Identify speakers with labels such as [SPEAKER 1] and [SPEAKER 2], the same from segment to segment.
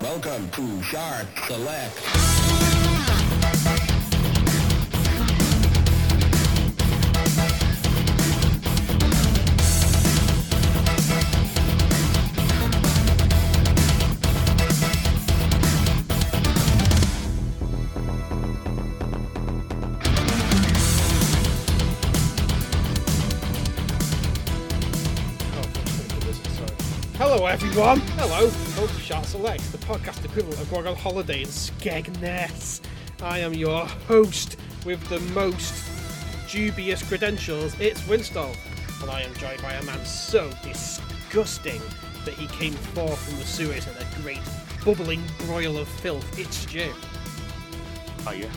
[SPEAKER 1] Welcome to Shark Select.
[SPEAKER 2] Hello, everyone. Hello. Welcome to Shot Select, the podcast equivalent of Grog on Holiday in Skegness. I am your host with the most dubious credentials. It's Winstall, and I am joined by a man so disgusting that he came forth from the sewers in a great bubbling broil of filth. It's Stu.
[SPEAKER 3] Are you?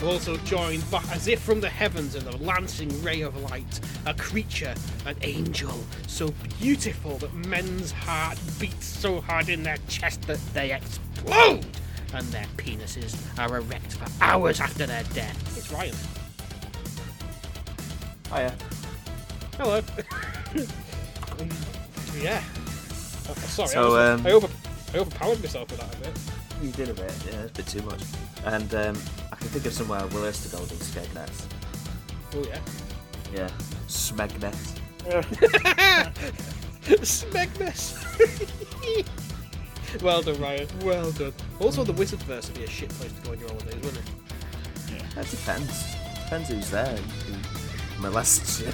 [SPEAKER 2] I'm also joined by, as if from the heavens in a lancing ray of light, a creature, an angel, so beautiful that men's heart beats so hard in their chest that they explode, and their penises are erect for hours after their death. It's Ryan.
[SPEAKER 3] Hiya.
[SPEAKER 2] Hello. Um, yeah. Oh, sorry,
[SPEAKER 3] So,
[SPEAKER 2] I, was-
[SPEAKER 3] um,
[SPEAKER 2] I, over, I overpowered myself with that a bit.
[SPEAKER 3] You did a bit, yeah, it's a bit too much. And um, I can think of somewhere worse to go than Skegness.
[SPEAKER 2] Oh yeah.
[SPEAKER 3] Yeah. Smegness.
[SPEAKER 2] Smegmas. well done, Ryan. Well done. Also, the Wizard verse would be a shit place to go on your holidays, wouldn't it?
[SPEAKER 3] That depends. Depends who's there. and Who molests you.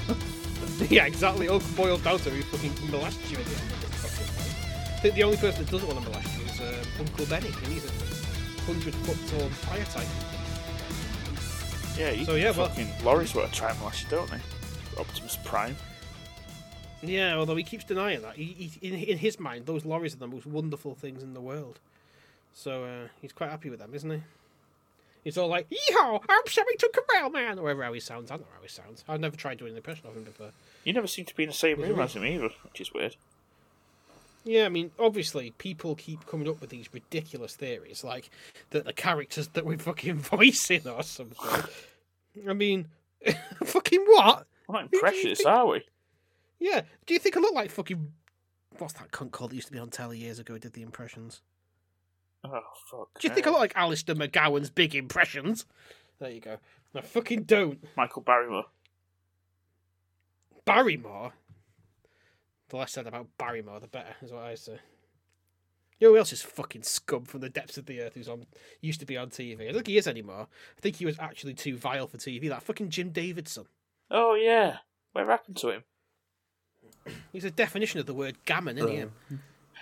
[SPEAKER 2] yeah, exactly. All boiled down to who fucking molests you in the end of this fucking place. I think the only person that doesn't want to molest you is uh, Uncle Benny, and he's a hundred foot tall fire type.
[SPEAKER 4] Yeah, you
[SPEAKER 2] So, yeah, well-
[SPEAKER 4] fucking lorries were a time last year, don't they? Optimus Prime.
[SPEAKER 2] Yeah, although he keeps denying that. He, he, in, in his mind, those lorries are the most wonderful things in the world. So uh, he's quite happy with them, isn't he? He's all like, "Yeehaw! I'm Sammy Tucker Railman," or whatever how he sounds. I don't know how he sounds. I've never tried doing an impression of him before.
[SPEAKER 4] You never seem to be in the same
[SPEAKER 2] Was
[SPEAKER 4] room
[SPEAKER 2] it?
[SPEAKER 4] as him either, which is weird.
[SPEAKER 2] Yeah, I mean, obviously, people keep coming up with these ridiculous theories, like that the characters that we're fucking voicing or something. I mean, fucking what?
[SPEAKER 4] We're not
[SPEAKER 2] do you
[SPEAKER 4] imprecious,
[SPEAKER 2] think-
[SPEAKER 4] are we?
[SPEAKER 2] Yeah. Do you think I look like fucking what's that cunt called that used to be on telly years ago? who Did the impressions?
[SPEAKER 4] Oh, fuck.
[SPEAKER 2] Do you think I
[SPEAKER 4] no.
[SPEAKER 2] look like Alistair McGowan's big impressions? There you go. I fucking don't.
[SPEAKER 4] Uh, Michael Barrymore.
[SPEAKER 2] Barrymore. The less said about Barrymore, the better, is what I say. You know who else is fucking scum from the depths of the earth who's on used to be on TV? I don't think he is anymore. I think he was actually too vile for TV. That fucking Jim Davidson.
[SPEAKER 4] Oh, yeah. What happened to him?
[SPEAKER 2] He's a definition of the word gammon, isn't he?
[SPEAKER 3] Uh,
[SPEAKER 2] him?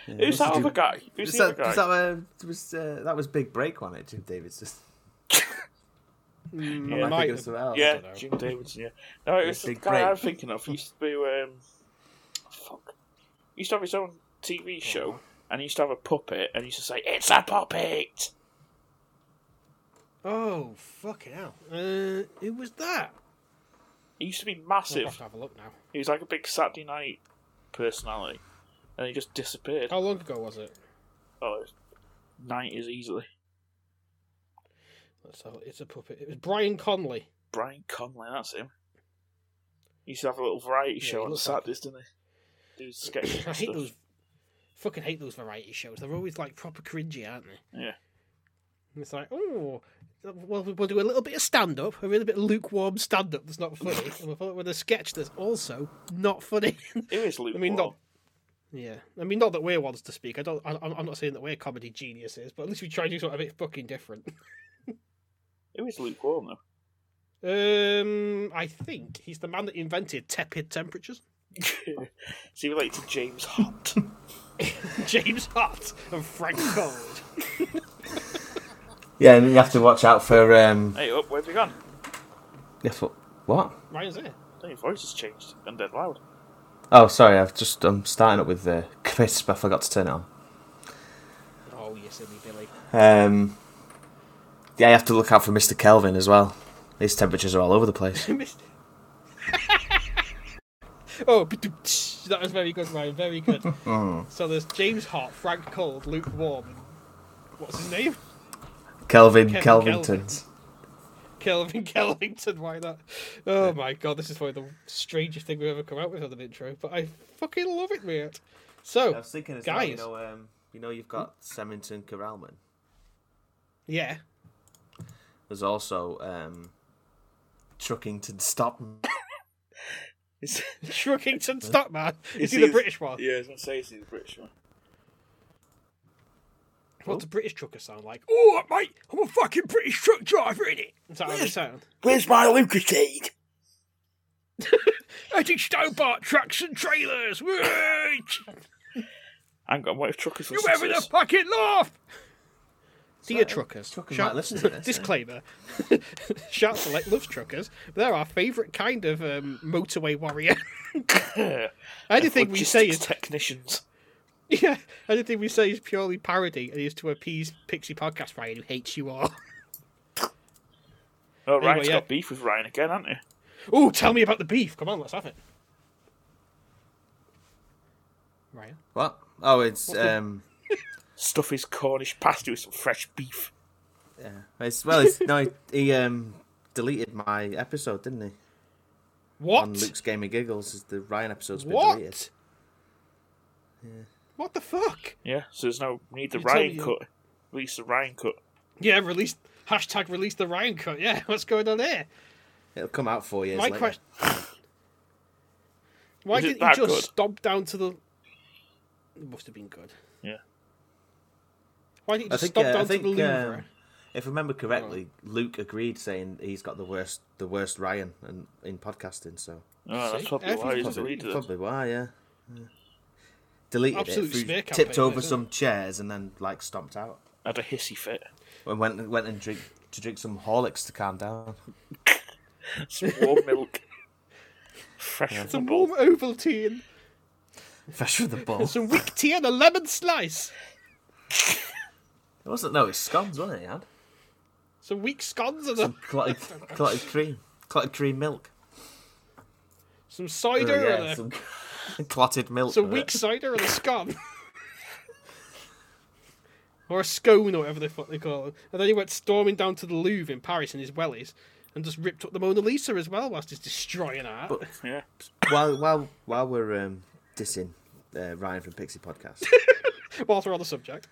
[SPEAKER 3] Yeah, what's
[SPEAKER 4] Who's that
[SPEAKER 3] he do-
[SPEAKER 4] other guy? Who's
[SPEAKER 3] Was
[SPEAKER 4] the other
[SPEAKER 3] that,
[SPEAKER 4] guy?
[SPEAKER 3] was that, uh, was, uh, that was Big Break on it, Jim Davis. Just,
[SPEAKER 2] Mm,
[SPEAKER 4] Yeah,
[SPEAKER 2] I
[SPEAKER 3] I
[SPEAKER 2] might
[SPEAKER 3] think it
[SPEAKER 2] have-
[SPEAKER 3] was somewhere else.
[SPEAKER 4] yeah,
[SPEAKER 2] don't know.
[SPEAKER 4] Jim Davidson, yeah. No, it was the
[SPEAKER 3] Big
[SPEAKER 4] guy
[SPEAKER 3] break.
[SPEAKER 4] I'm thinking of. He used to be, um... Fuck. He used to have his own TV show, and he used to have a puppet, and he used to say, It's a puppet!
[SPEAKER 2] Oh, fucking hell. Uh, who was that?
[SPEAKER 4] He used to be
[SPEAKER 2] I'll have
[SPEAKER 4] massive.
[SPEAKER 2] to have a look now.
[SPEAKER 4] He was like a big Saturday night personality, and he just disappeared.
[SPEAKER 2] How long ago was it?
[SPEAKER 4] Oh, nineties easily.
[SPEAKER 2] Let's have, it's a puppet. It was Brian Conley.
[SPEAKER 4] Brian Conley, that's him. He used to have a little variety
[SPEAKER 2] Yeah, he
[SPEAKER 4] show on
[SPEAKER 2] looks like-
[SPEAKER 4] Saturdays, didn't he? Do sketches.
[SPEAKER 2] I
[SPEAKER 4] and
[SPEAKER 2] hate
[SPEAKER 4] stuff.
[SPEAKER 2] those. Fucking hate those variety shows. They're always like proper cringy, aren't they?
[SPEAKER 4] Yeah.
[SPEAKER 2] And it's like, oh, well, we'll do a little bit of stand up, a little bit of lukewarm stand up that's not funny, and we'll follow it with a sketch that's also not funny.
[SPEAKER 4] Who is Luke?
[SPEAKER 2] I mean,
[SPEAKER 4] Ward?
[SPEAKER 2] not. Yeah, I mean, not that we're ones to speak. I don't. I, I'm I'm not saying that we're comedy geniuses, but at least we try to do something a bit fucking different.
[SPEAKER 4] Who is Luke Warm though?
[SPEAKER 2] Um, I think he's the man that invented tepid temperatures.
[SPEAKER 4] is he related to James Hunt?
[SPEAKER 2] James Hart and Frank Cold.
[SPEAKER 3] Yeah, and then you have to watch out for. Um,
[SPEAKER 4] hey, up, where have you gone?
[SPEAKER 3] yeah, for what?
[SPEAKER 2] Ryan's there.
[SPEAKER 4] Oh, Your voice has changed and dead loud.
[SPEAKER 3] Oh, sorry, I've just. I'm starting up with uh, Crisp. I forgot to turn it on.
[SPEAKER 2] Oh, you silly Billy.
[SPEAKER 3] Um, yeah, you have to look out for Mr. Kelvin as well. His temperatures are all over the place.
[SPEAKER 2] Missed- oh, ba-doom-tsh. that was very good, Ryan. Very good. so there's James Hart, Frank Cold, Luke Warm. and What's his name?
[SPEAKER 3] Kelvin,
[SPEAKER 2] Kevin
[SPEAKER 3] Kelvingtons.
[SPEAKER 2] Kelvin Kelvington. Why not? Oh my god, this is probably the strangest thing we've ever come out with on an intro, but I fucking love it, mate. So,
[SPEAKER 3] thinking
[SPEAKER 2] as well, you Guys. know,
[SPEAKER 3] um, You know, you've got Semington Corralman.
[SPEAKER 2] Yeah.
[SPEAKER 3] There's also um, Truckington Stockman.
[SPEAKER 4] Is,
[SPEAKER 2] Shruggington Stockman. Is he
[SPEAKER 4] he
[SPEAKER 2] the British one?
[SPEAKER 4] Yeah, I was going to say, is he the British one?
[SPEAKER 2] What's a British trucker sound like? Oh, mate, I'm a fucking British truck driver, innit? Is that how they sound?
[SPEAKER 4] Where's my Lucasade?
[SPEAKER 2] Eddie Stobart trucks and trailers. Whey!
[SPEAKER 4] Hang on, what if truckers
[SPEAKER 2] you
[SPEAKER 4] listen
[SPEAKER 2] having
[SPEAKER 4] to
[SPEAKER 2] a
[SPEAKER 4] this?
[SPEAKER 2] fucking laugh? Dear truckers,
[SPEAKER 3] Truckers
[SPEAKER 2] shout-
[SPEAKER 3] might listen to this, eh?
[SPEAKER 2] Disclaimer: Shout Select loves truckers. They're our favourite kind of um, motorway warrior. Anything we say is
[SPEAKER 4] Logistics technicians.
[SPEAKER 2] yeah, anything we say is purely parody and is to appease Pixie Podcast Ryan who hates you all.
[SPEAKER 4] Oh, Ryan's
[SPEAKER 2] yeah.
[SPEAKER 4] got beef with Ryan again, hasn't he?
[SPEAKER 2] Ooh, tell me about the beef. Come on, let's have it. Ryan.
[SPEAKER 3] What? Oh, it's um,
[SPEAKER 4] Stuff his Cornish pasty with some fresh beef.
[SPEAKER 3] yeah. It's well, it's no, he, he um deleted my episode, didn't he?
[SPEAKER 2] What?
[SPEAKER 3] On Luke's Gaming Giggles, the Ryan episode's been
[SPEAKER 2] what?
[SPEAKER 3] deleted.
[SPEAKER 2] What the fuck?
[SPEAKER 4] Yeah, so there's no need the
[SPEAKER 2] You tell me
[SPEAKER 4] Ryan
[SPEAKER 2] you-
[SPEAKER 4] cut. At least the Ryan cut.
[SPEAKER 2] Yeah, release hashtag release the Ryan cut. Yeah, what's going on there?
[SPEAKER 3] It'll come out four years
[SPEAKER 2] My
[SPEAKER 3] later.
[SPEAKER 2] question. Why
[SPEAKER 4] Was it
[SPEAKER 2] didn't you
[SPEAKER 4] that
[SPEAKER 2] just
[SPEAKER 4] good?
[SPEAKER 2] stomp down to the? It must have been good.
[SPEAKER 4] Yeah.
[SPEAKER 2] Why didn't you
[SPEAKER 3] I
[SPEAKER 2] just
[SPEAKER 3] think,
[SPEAKER 2] stomp
[SPEAKER 3] uh,
[SPEAKER 2] down
[SPEAKER 3] I think
[SPEAKER 2] to the Louvre?
[SPEAKER 3] um, if I remember correctly,
[SPEAKER 2] Oh.
[SPEAKER 3] Luke agreed saying he's got the worst, the worst Ryan and in podcasting. So
[SPEAKER 4] Oh, that's
[SPEAKER 2] See?
[SPEAKER 4] probably why he's
[SPEAKER 2] Everything's
[SPEAKER 4] the
[SPEAKER 3] probably,
[SPEAKER 4] leader.
[SPEAKER 3] probably why, yeah. Yeah. Deleted
[SPEAKER 2] Absolute
[SPEAKER 3] it, threw-
[SPEAKER 2] smear campaign,
[SPEAKER 3] tipped over
[SPEAKER 2] isn't it?
[SPEAKER 3] some chairs, and then like stomped out.
[SPEAKER 4] Had a hissy fit.
[SPEAKER 3] And went went and drink to drink some Horlicks to calm down.
[SPEAKER 4] Some warm milk. Fresh from
[SPEAKER 2] Some
[SPEAKER 4] the bowl.
[SPEAKER 2] warm Ovaltine,
[SPEAKER 3] Fresh from the ball. it
[SPEAKER 2] some weak tea, and a lemon slice.
[SPEAKER 3] wasn't no, it's scones, wasn't it? He had
[SPEAKER 2] Some weak scones and a,
[SPEAKER 3] some clotted, clotted cream, clotted cream milk.
[SPEAKER 2] some
[SPEAKER 3] Oh,
[SPEAKER 2] cider
[SPEAKER 3] yeah,
[SPEAKER 2] and a,
[SPEAKER 3] some clotted milk.
[SPEAKER 2] some
[SPEAKER 3] with
[SPEAKER 2] weak
[SPEAKER 3] it.
[SPEAKER 2] cider and a scone. or a scone or whatever the fuck they call it. And then he went storming down to the Louvre in Paris in his wellies and just ripped up the Mona Lisa as well whilst he's destroying art.
[SPEAKER 3] But-
[SPEAKER 4] Yeah.
[SPEAKER 3] while while while we're um, dissing uh, Ryan from Pixie Podcast.
[SPEAKER 2] whilst we're on the subject.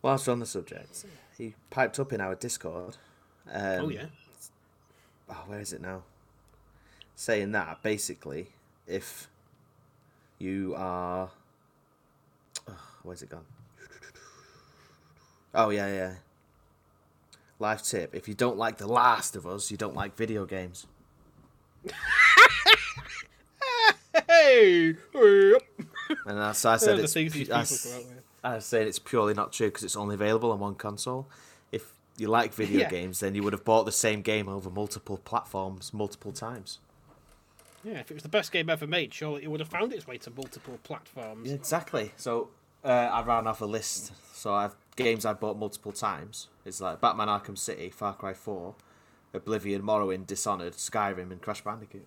[SPEAKER 3] Whilst we're on the subject, he piped up in our Discord. Um,
[SPEAKER 2] Oh yeah.
[SPEAKER 3] oh, where is it now? Saying that basically, if you are, Ugh, where's it gone? Oh yeah, yeah. Life tip: If you don't like The Last of Us, you don't like video games.
[SPEAKER 2] Hey! hey, up.
[SPEAKER 3] And as I
[SPEAKER 2] Those
[SPEAKER 3] said,
[SPEAKER 2] are
[SPEAKER 3] it's,
[SPEAKER 2] things these
[SPEAKER 3] I,
[SPEAKER 2] people go out with.
[SPEAKER 3] I said it's purely not true because it's only available on one console. If you like video
[SPEAKER 2] Yeah.
[SPEAKER 3] games, then you would have bought the same game over multiple platforms multiple times.
[SPEAKER 2] Yeah, if it was the best game ever made, surely it would have found its way to multiple platforms.
[SPEAKER 3] Exactly. So uh, I ran off a list. So I've games I bought multiple times. It's like Batman: Arkham City, Far Cry Four, Oblivion, Morrowind, Dishonored, Skyrim, and Crash Bandicoot.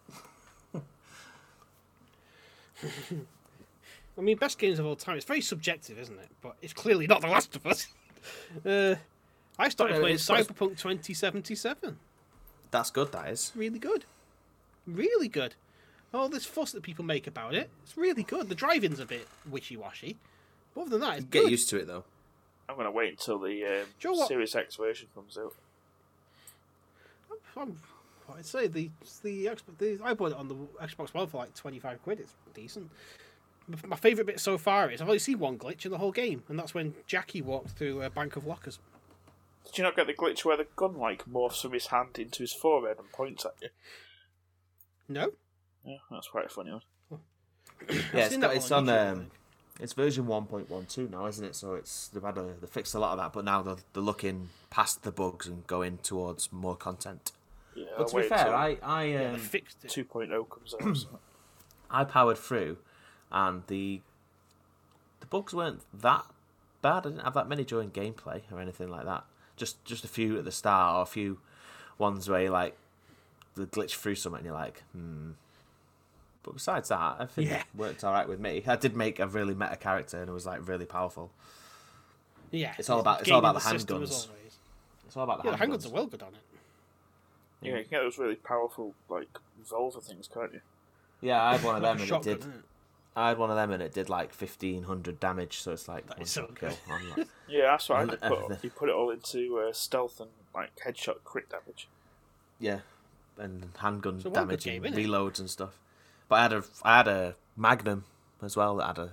[SPEAKER 2] I mean, best games of all time. It's very subjective, isn't it? But it's clearly not The Last of Us. Uh, I started
[SPEAKER 3] Well,
[SPEAKER 2] playing
[SPEAKER 3] it's- it's-
[SPEAKER 2] Cyberpunk 2077.
[SPEAKER 3] That's good. That is.
[SPEAKER 2] Really good. Really good. All this fuss that people make about it, it's really good. The drive-in's a bit wishy-washy. But other than that, it's
[SPEAKER 3] Get
[SPEAKER 2] good.
[SPEAKER 3] used to it though.
[SPEAKER 4] I'm going to wait until the
[SPEAKER 2] Do you know
[SPEAKER 4] um,
[SPEAKER 2] what?
[SPEAKER 4] Series X version comes out.
[SPEAKER 2] I'm, what I'd say the the, X- the I bought it on the Xbox One for like twenty five quid. It's decent. M- My favourite bit so far is I've only seen one glitch in the whole game, and that's when Jackie walked through a bank of lockers.
[SPEAKER 4] Did you not get the glitch where the gun like morphs from his hand into his forehead and points at you?
[SPEAKER 2] No,
[SPEAKER 4] Yeah, that's quite a funny one.
[SPEAKER 3] Yeah, it's,
[SPEAKER 2] seen
[SPEAKER 3] got,
[SPEAKER 2] that
[SPEAKER 3] it's
[SPEAKER 2] one on
[SPEAKER 3] on.
[SPEAKER 2] YouTube, I
[SPEAKER 3] Um,
[SPEAKER 2] think.
[SPEAKER 3] it's version one point one two now, isn't it? So it's they've had a, they fixed a lot of that, but now they're, they're looking past the bugs and going towards more content.
[SPEAKER 4] Yeah,
[SPEAKER 3] But
[SPEAKER 4] I'll
[SPEAKER 3] to be
[SPEAKER 4] Uh, wait
[SPEAKER 3] fair,
[SPEAKER 4] until
[SPEAKER 3] I I um,
[SPEAKER 2] I fixed it.
[SPEAKER 4] 2.0 comes out. so.
[SPEAKER 3] I powered through, and the the bugs weren't that bad. I didn't have that many during gameplay or anything like that. Just just a few at the start or a few ones where you like the glitch through something and you're like, hmm. But besides that, I think
[SPEAKER 2] Yeah.
[SPEAKER 3] it worked all right with me. I did make a really meta character and it was like really powerful.
[SPEAKER 2] Yeah,
[SPEAKER 3] It's all about- it's all
[SPEAKER 2] gaming
[SPEAKER 3] about the
[SPEAKER 2] system as
[SPEAKER 3] handguns.
[SPEAKER 2] always.
[SPEAKER 3] It's all about the
[SPEAKER 2] Yeah, the
[SPEAKER 3] handguns.
[SPEAKER 2] handguns are well good on it.
[SPEAKER 4] yeah, you can get those really powerful like revolver things, can't you?
[SPEAKER 3] Yeah, I had one of them
[SPEAKER 2] Like a
[SPEAKER 3] and it
[SPEAKER 2] shotgun,
[SPEAKER 3] did.
[SPEAKER 2] isn't it?
[SPEAKER 3] I had one of them and it did like fifteen hundred damage, so it's like one
[SPEAKER 2] is
[SPEAKER 3] shot
[SPEAKER 2] so
[SPEAKER 3] kill.
[SPEAKER 2] good.
[SPEAKER 3] I'm like,
[SPEAKER 4] Yeah, that's what I did put.
[SPEAKER 3] Everything.
[SPEAKER 4] up. You put it all into uh, stealth and like headshot, crit damage.
[SPEAKER 3] yeah, and handgun
[SPEAKER 2] So one good
[SPEAKER 3] damage
[SPEAKER 2] game,
[SPEAKER 3] and
[SPEAKER 2] innit?
[SPEAKER 3] reloads and stuff. But I had a I had a Magnum as well that had a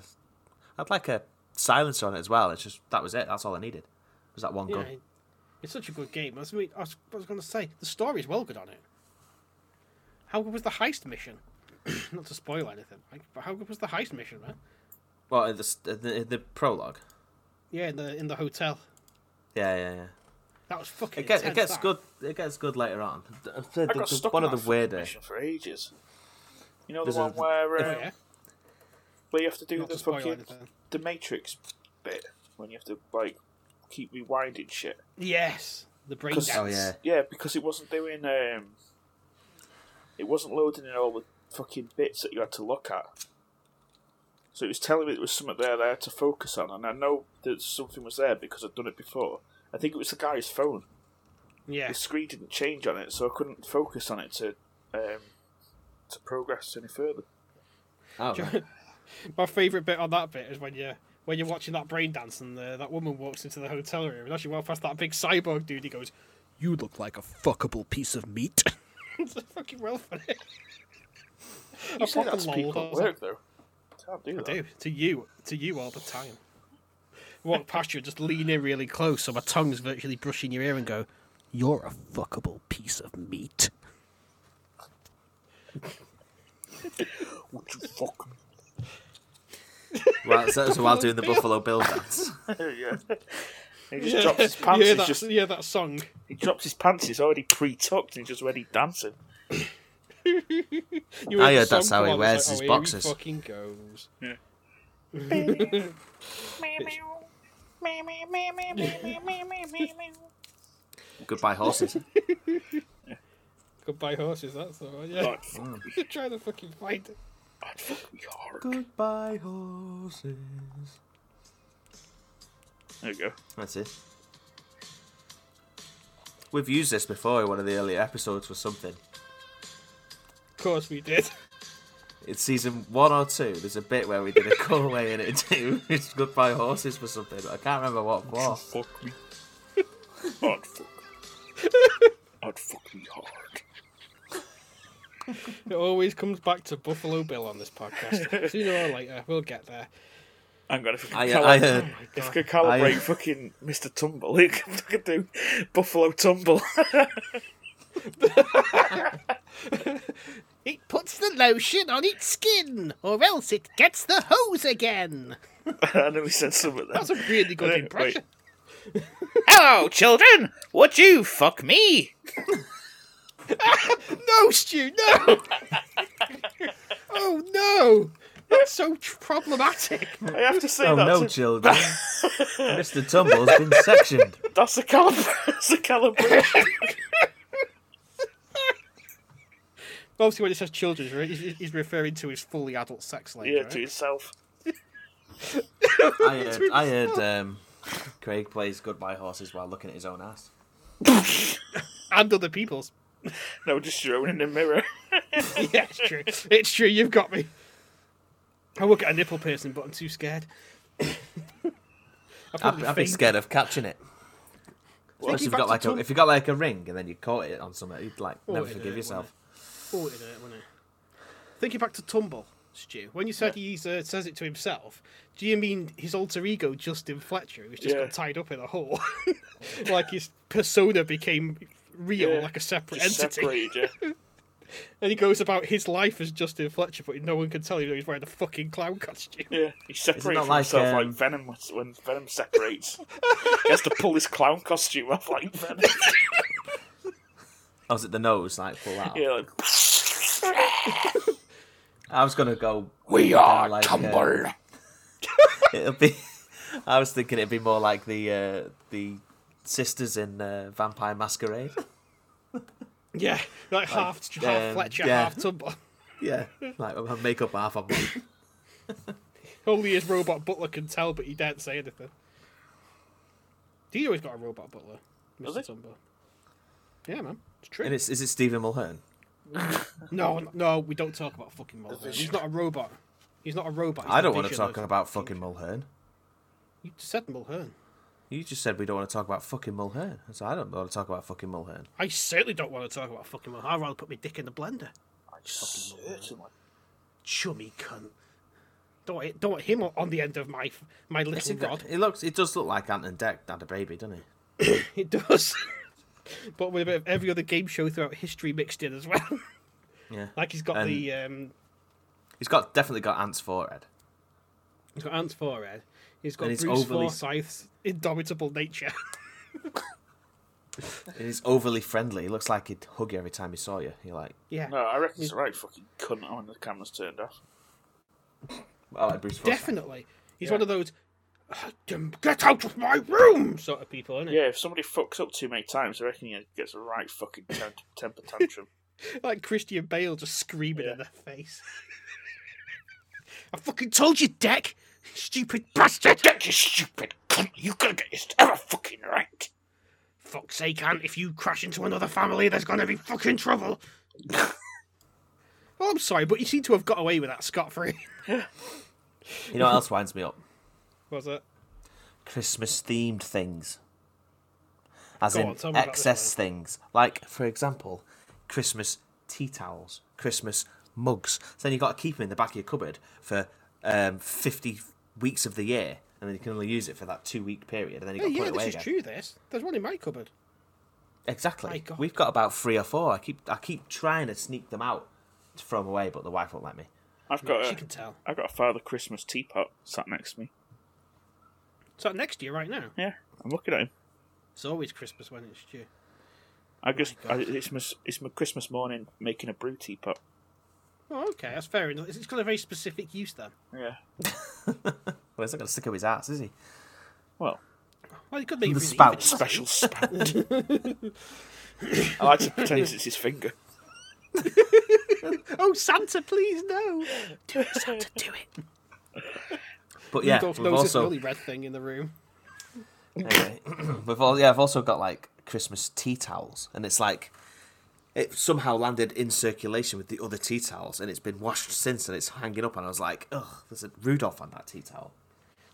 [SPEAKER 3] I had like a silencer on it as well. It's just that was it. That's all I needed. Was that one
[SPEAKER 2] Yeah,
[SPEAKER 3] gun?
[SPEAKER 2] it- it's such a good game. That's what I mean, I was, I was going to say the story is well good on it. How good was the heist mission? Not to spoil anything, like, but how good was the heist mission, man?
[SPEAKER 3] Well, in the, s- in the in the prologue.
[SPEAKER 2] Yeah, in the in the hotel.
[SPEAKER 3] Yeah, yeah, yeah.
[SPEAKER 2] That was fucking.
[SPEAKER 3] It gets it
[SPEAKER 2] intense,
[SPEAKER 3] gets
[SPEAKER 2] that.
[SPEAKER 3] good. It gets good later on. The- the-
[SPEAKER 4] I got
[SPEAKER 3] the-
[SPEAKER 4] stuck
[SPEAKER 3] one of
[SPEAKER 4] on that
[SPEAKER 3] the
[SPEAKER 4] fucking
[SPEAKER 3] weirder.
[SPEAKER 4] mission for ages. You know the
[SPEAKER 3] There's a-
[SPEAKER 4] one where
[SPEAKER 2] Oh,
[SPEAKER 4] um,
[SPEAKER 2] yeah.
[SPEAKER 4] where you have to do
[SPEAKER 2] Not
[SPEAKER 4] the
[SPEAKER 2] to spoil
[SPEAKER 4] fucking
[SPEAKER 2] anything.
[SPEAKER 4] the Matrix bit when you have to like keep rewinding shit.
[SPEAKER 2] Yes, the
[SPEAKER 4] Because
[SPEAKER 2] breakdown.
[SPEAKER 3] Oh, yeah.
[SPEAKER 4] because it wasn't doing um, it wasn't loading in all the fucking bits that you had to look at. So it was telling me there was something there that I had to focus on, and I know that something was there because I'd done it before. I think it was the guy's phone.
[SPEAKER 2] Yeah.
[SPEAKER 4] The screen didn't change on it, so I couldn't focus on it to um, to progress any further.
[SPEAKER 3] Oh,
[SPEAKER 2] Do you-
[SPEAKER 3] right.
[SPEAKER 2] My favourite bit on that bit is when you when you're watching that brain dance and uh that woman walks into the hotel room and actually well past that big cyborg dude. He goes,
[SPEAKER 5] You look like a fuckable piece of meat.
[SPEAKER 2] "It's a fucking well funny."
[SPEAKER 4] You say
[SPEAKER 2] proper
[SPEAKER 4] that to
[SPEAKER 2] lol,
[SPEAKER 4] people at
[SPEAKER 2] that was
[SPEAKER 4] work, though. Can't do that.
[SPEAKER 2] do to you to you all the time. Walk past you, just lean in really close, so my tongue's virtually brushing your ear, and go,
[SPEAKER 5] You're a fuckable piece of meat.
[SPEAKER 4] Would you fuck me?
[SPEAKER 3] Well, so, so while doing the Buffalo Bill dance.
[SPEAKER 4] yeah. He just drops his pants.
[SPEAKER 2] yeah,
[SPEAKER 4] he's
[SPEAKER 2] that,
[SPEAKER 4] just,
[SPEAKER 2] yeah, that song.
[SPEAKER 4] he drops his pants. He's already pre-tucked and he's just ready dancing.
[SPEAKER 2] You
[SPEAKER 3] I
[SPEAKER 2] the
[SPEAKER 3] heard that's
[SPEAKER 2] song
[SPEAKER 3] how
[SPEAKER 2] come
[SPEAKER 3] he
[SPEAKER 2] on,
[SPEAKER 3] wears
[SPEAKER 2] it's
[SPEAKER 3] his
[SPEAKER 2] like,
[SPEAKER 3] boxers.
[SPEAKER 2] Oh, here he fucking goes.
[SPEAKER 3] Goodbye horses.
[SPEAKER 2] Goodbye horses. That's the one. Yeah,
[SPEAKER 4] Like,
[SPEAKER 2] try to fucking find it.
[SPEAKER 4] I'd fuck me hard.
[SPEAKER 3] Goodbye horses.
[SPEAKER 4] There you go.
[SPEAKER 3] That's it. We've used this before in one of the earlier episodes for something.
[SPEAKER 2] Of course we did.
[SPEAKER 3] It's season one or two. There's a bit where we did a cutaway in it too. It's goodbye horses for something, but I can't remember what for.
[SPEAKER 4] Fuck me. I'd fuck. I'd fuck me hard.
[SPEAKER 2] It always comes back to Buffalo Bill on this podcast. Sooner or later, we'll get there.
[SPEAKER 4] Hang on, if we can,
[SPEAKER 3] I,
[SPEAKER 4] cali-
[SPEAKER 3] I heard.
[SPEAKER 4] if we can
[SPEAKER 3] I- uh,
[SPEAKER 4] calibrate fucking Mr. Tumble, it can fucking do Buffalo Tumble.
[SPEAKER 5] It puts the lotion on its skin, or else it gets the hose again.
[SPEAKER 4] I know he said something there.
[SPEAKER 2] That's a really good
[SPEAKER 4] Wait.
[SPEAKER 2] impression.
[SPEAKER 6] Hello, children! Would you fuck me?
[SPEAKER 2] No, Stu, no! oh no! That's so tr- problematic.
[SPEAKER 4] I have to say
[SPEAKER 3] Oh
[SPEAKER 4] that.
[SPEAKER 3] no,
[SPEAKER 4] to-
[SPEAKER 3] children. Mr. Tumble's been sectioned.
[SPEAKER 4] That's a calib- that's a calibration.
[SPEAKER 2] Obviously, when it says children, he's re- he's, he's referring to his fully adult sex life.
[SPEAKER 4] yeah,
[SPEAKER 2] right?
[SPEAKER 4] to yourself.
[SPEAKER 3] I heard. I heard. Um, Craig plays goodbye horses while looking at his own ass.
[SPEAKER 2] and other people's.
[SPEAKER 4] No, just your own in the mirror.
[SPEAKER 2] Yeah, it's true. It's true. You've got me. I will get a nipple piercing, but I'm too scared. I
[SPEAKER 3] I'd,
[SPEAKER 2] probably
[SPEAKER 3] I'd be
[SPEAKER 2] faint.
[SPEAKER 3] scared of catching it. Especially
[SPEAKER 2] Thinking
[SPEAKER 3] if you
[SPEAKER 2] back
[SPEAKER 3] got
[SPEAKER 2] to
[SPEAKER 3] like a,
[SPEAKER 2] Tom-
[SPEAKER 3] if you got like a ring and then you caught it on something, you'd like
[SPEAKER 2] Oh,
[SPEAKER 3] never
[SPEAKER 2] it'd
[SPEAKER 3] forgive
[SPEAKER 2] hurt,
[SPEAKER 3] yourself.
[SPEAKER 2] Oh, it hurt, wouldn't it? Thinking back to Tumble, Stu, when you said he uh, says it to himself, do you mean his alter ego, Justin Fletcher, who's just
[SPEAKER 4] Yeah.
[SPEAKER 2] got tied up in a hole? like his persona became real,
[SPEAKER 4] Yeah.
[SPEAKER 2] like a separate
[SPEAKER 4] Just
[SPEAKER 2] entity.
[SPEAKER 4] separated you.
[SPEAKER 2] And he goes about his life as Justin Fletcher, but no one can tell you that he's wearing a fucking clown costume.
[SPEAKER 4] Yeah, he separates
[SPEAKER 3] not
[SPEAKER 4] from
[SPEAKER 3] like,
[SPEAKER 4] himself
[SPEAKER 3] um,
[SPEAKER 4] like Venom was- when Venom separates. he has to pull his clown costume off like Venom.
[SPEAKER 3] I was at the nose, like pull that. off.
[SPEAKER 4] yeah, like,
[SPEAKER 3] I was gonna go.
[SPEAKER 6] We
[SPEAKER 3] are
[SPEAKER 6] are
[SPEAKER 3] like, uh,
[SPEAKER 6] Tumble.
[SPEAKER 3] It'll be. I was thinking it'd be more like the uh, the sisters in uh, Vampire Masquerade.
[SPEAKER 2] Yeah, like, half half
[SPEAKER 3] um,
[SPEAKER 2] Fletcher,
[SPEAKER 3] yeah.
[SPEAKER 2] half Tumble.
[SPEAKER 3] Yeah, like I'll make up half of one.
[SPEAKER 2] Only his robot butler can tell, but he daren't say anything. Dino has got a robot butler,
[SPEAKER 4] Does he?
[SPEAKER 2] Mr. Tumble. Yeah, man, it's true.
[SPEAKER 3] And it's, is it Stephen Mulhern?
[SPEAKER 2] No, no, we don't talk about fucking Mulder. He's not a robot. He's not a robot. he's
[SPEAKER 3] I
[SPEAKER 2] the
[SPEAKER 3] don't want to
[SPEAKER 2] vision
[SPEAKER 3] talk
[SPEAKER 2] of-
[SPEAKER 3] about fucking Mulhern.
[SPEAKER 2] You said Mulhern.
[SPEAKER 3] You just said we don't want to talk about fucking Mulhern. So I don't want to talk about fucking Mulhern.
[SPEAKER 2] I certainly don't want to talk about fucking Mulhern. I'd rather put my dick in the blender.
[SPEAKER 4] I certainly.
[SPEAKER 2] Chummy cunt. Don't want, don't want him on- on the end of my f- my little rod.
[SPEAKER 3] It looks. It does look like Ant and Deck had a baby, doesn't it?
[SPEAKER 2] It does. but with a bit of every other game show throughout history mixed in as well.
[SPEAKER 3] Yeah.
[SPEAKER 2] like he's got
[SPEAKER 3] And-
[SPEAKER 2] the um,
[SPEAKER 3] He's got definitely got Ant's forehead.
[SPEAKER 2] he's got Ant's forehead. He's got
[SPEAKER 3] And he's
[SPEAKER 2] Bruce
[SPEAKER 3] overly-
[SPEAKER 2] Forsyth's indomitable nature.
[SPEAKER 3] And He's overly friendly. He looks like he'd hug you every time he saw you. You're like,
[SPEAKER 2] yeah.
[SPEAKER 4] No, I reckon it's a right fucking cunt when the camera's turned off.
[SPEAKER 3] I like "Oh, Bruce. Forsyth.
[SPEAKER 2] Definitely. He's one of those "Ah, dem- get out of my room sort of people, isn't it?
[SPEAKER 4] Yeah, if somebody fucks up too many times, I reckon he gets a right fucking tem- temper tantrum.
[SPEAKER 2] Like Christian Bale just screaming
[SPEAKER 4] Yeah.
[SPEAKER 2] in their face. I fucking told you, Deck! Stupid bastard!
[SPEAKER 6] Don't you stupid cunt! You gotta get this ever fucking right.
[SPEAKER 2] Fuck's sake, Ant, if you crash into another family, there's gonna be fucking trouble. well, I'm sorry, but you seem to have got away with that scot free.
[SPEAKER 3] You know what else winds me up?
[SPEAKER 2] Was it?
[SPEAKER 3] Christmas themed things. As
[SPEAKER 2] Go
[SPEAKER 3] in
[SPEAKER 2] on, tell me about this
[SPEAKER 3] excess things. Like, for example, Christmas tea towels, Christmas mugs. So then you've got to keep them in the back of your cupboard for um, 50 weeks of the year, and then you can only use it for that two week period, and then you've
[SPEAKER 2] Yeah,
[SPEAKER 3] got to
[SPEAKER 2] yeah,
[SPEAKER 3] put it away
[SPEAKER 2] this is
[SPEAKER 3] again.
[SPEAKER 2] true, this. There's one in my cupboard. My
[SPEAKER 3] Exactly.
[SPEAKER 2] God.
[SPEAKER 3] We've got about three or four. I keep, I keep trying to sneak them out to throw them away, but the wife won't let me.
[SPEAKER 4] I've got
[SPEAKER 6] Uh.
[SPEAKER 2] She
[SPEAKER 4] a,
[SPEAKER 2] can tell.
[SPEAKER 4] I've got a Father Christmas teapot sat next to me.
[SPEAKER 2] It's that next year right now.
[SPEAKER 4] Yeah, I'm looking at him.
[SPEAKER 2] It's always Christmas when it's due.
[SPEAKER 4] I just, I,
[SPEAKER 2] God.
[SPEAKER 4] it's Oh my, it's my Christmas morning making a brew teapot.
[SPEAKER 2] Oh, okay, that's fair enough. It's it's got a very specific use then.
[SPEAKER 4] Yeah.
[SPEAKER 3] Well, he's not going to stick up his ass, is he?
[SPEAKER 4] Well,
[SPEAKER 2] Well, it could be
[SPEAKER 3] The
[SPEAKER 2] really
[SPEAKER 3] spout.
[SPEAKER 2] even.
[SPEAKER 4] special spout. I like to pretend it's his finger.
[SPEAKER 2] Oh, Santa, please no!
[SPEAKER 3] But yeah,
[SPEAKER 2] Rudolph
[SPEAKER 3] we've
[SPEAKER 2] knows this
[SPEAKER 3] also
[SPEAKER 2] really red thing in the room.
[SPEAKER 3] Anyway, we've all yeah, I've also got like Christmas tea towels, and it's like it somehow landed in circulation with the other tea towels, and it's been washed since, and it's hanging up. And I was like, ugh, there's a Rudolph on that tea towel.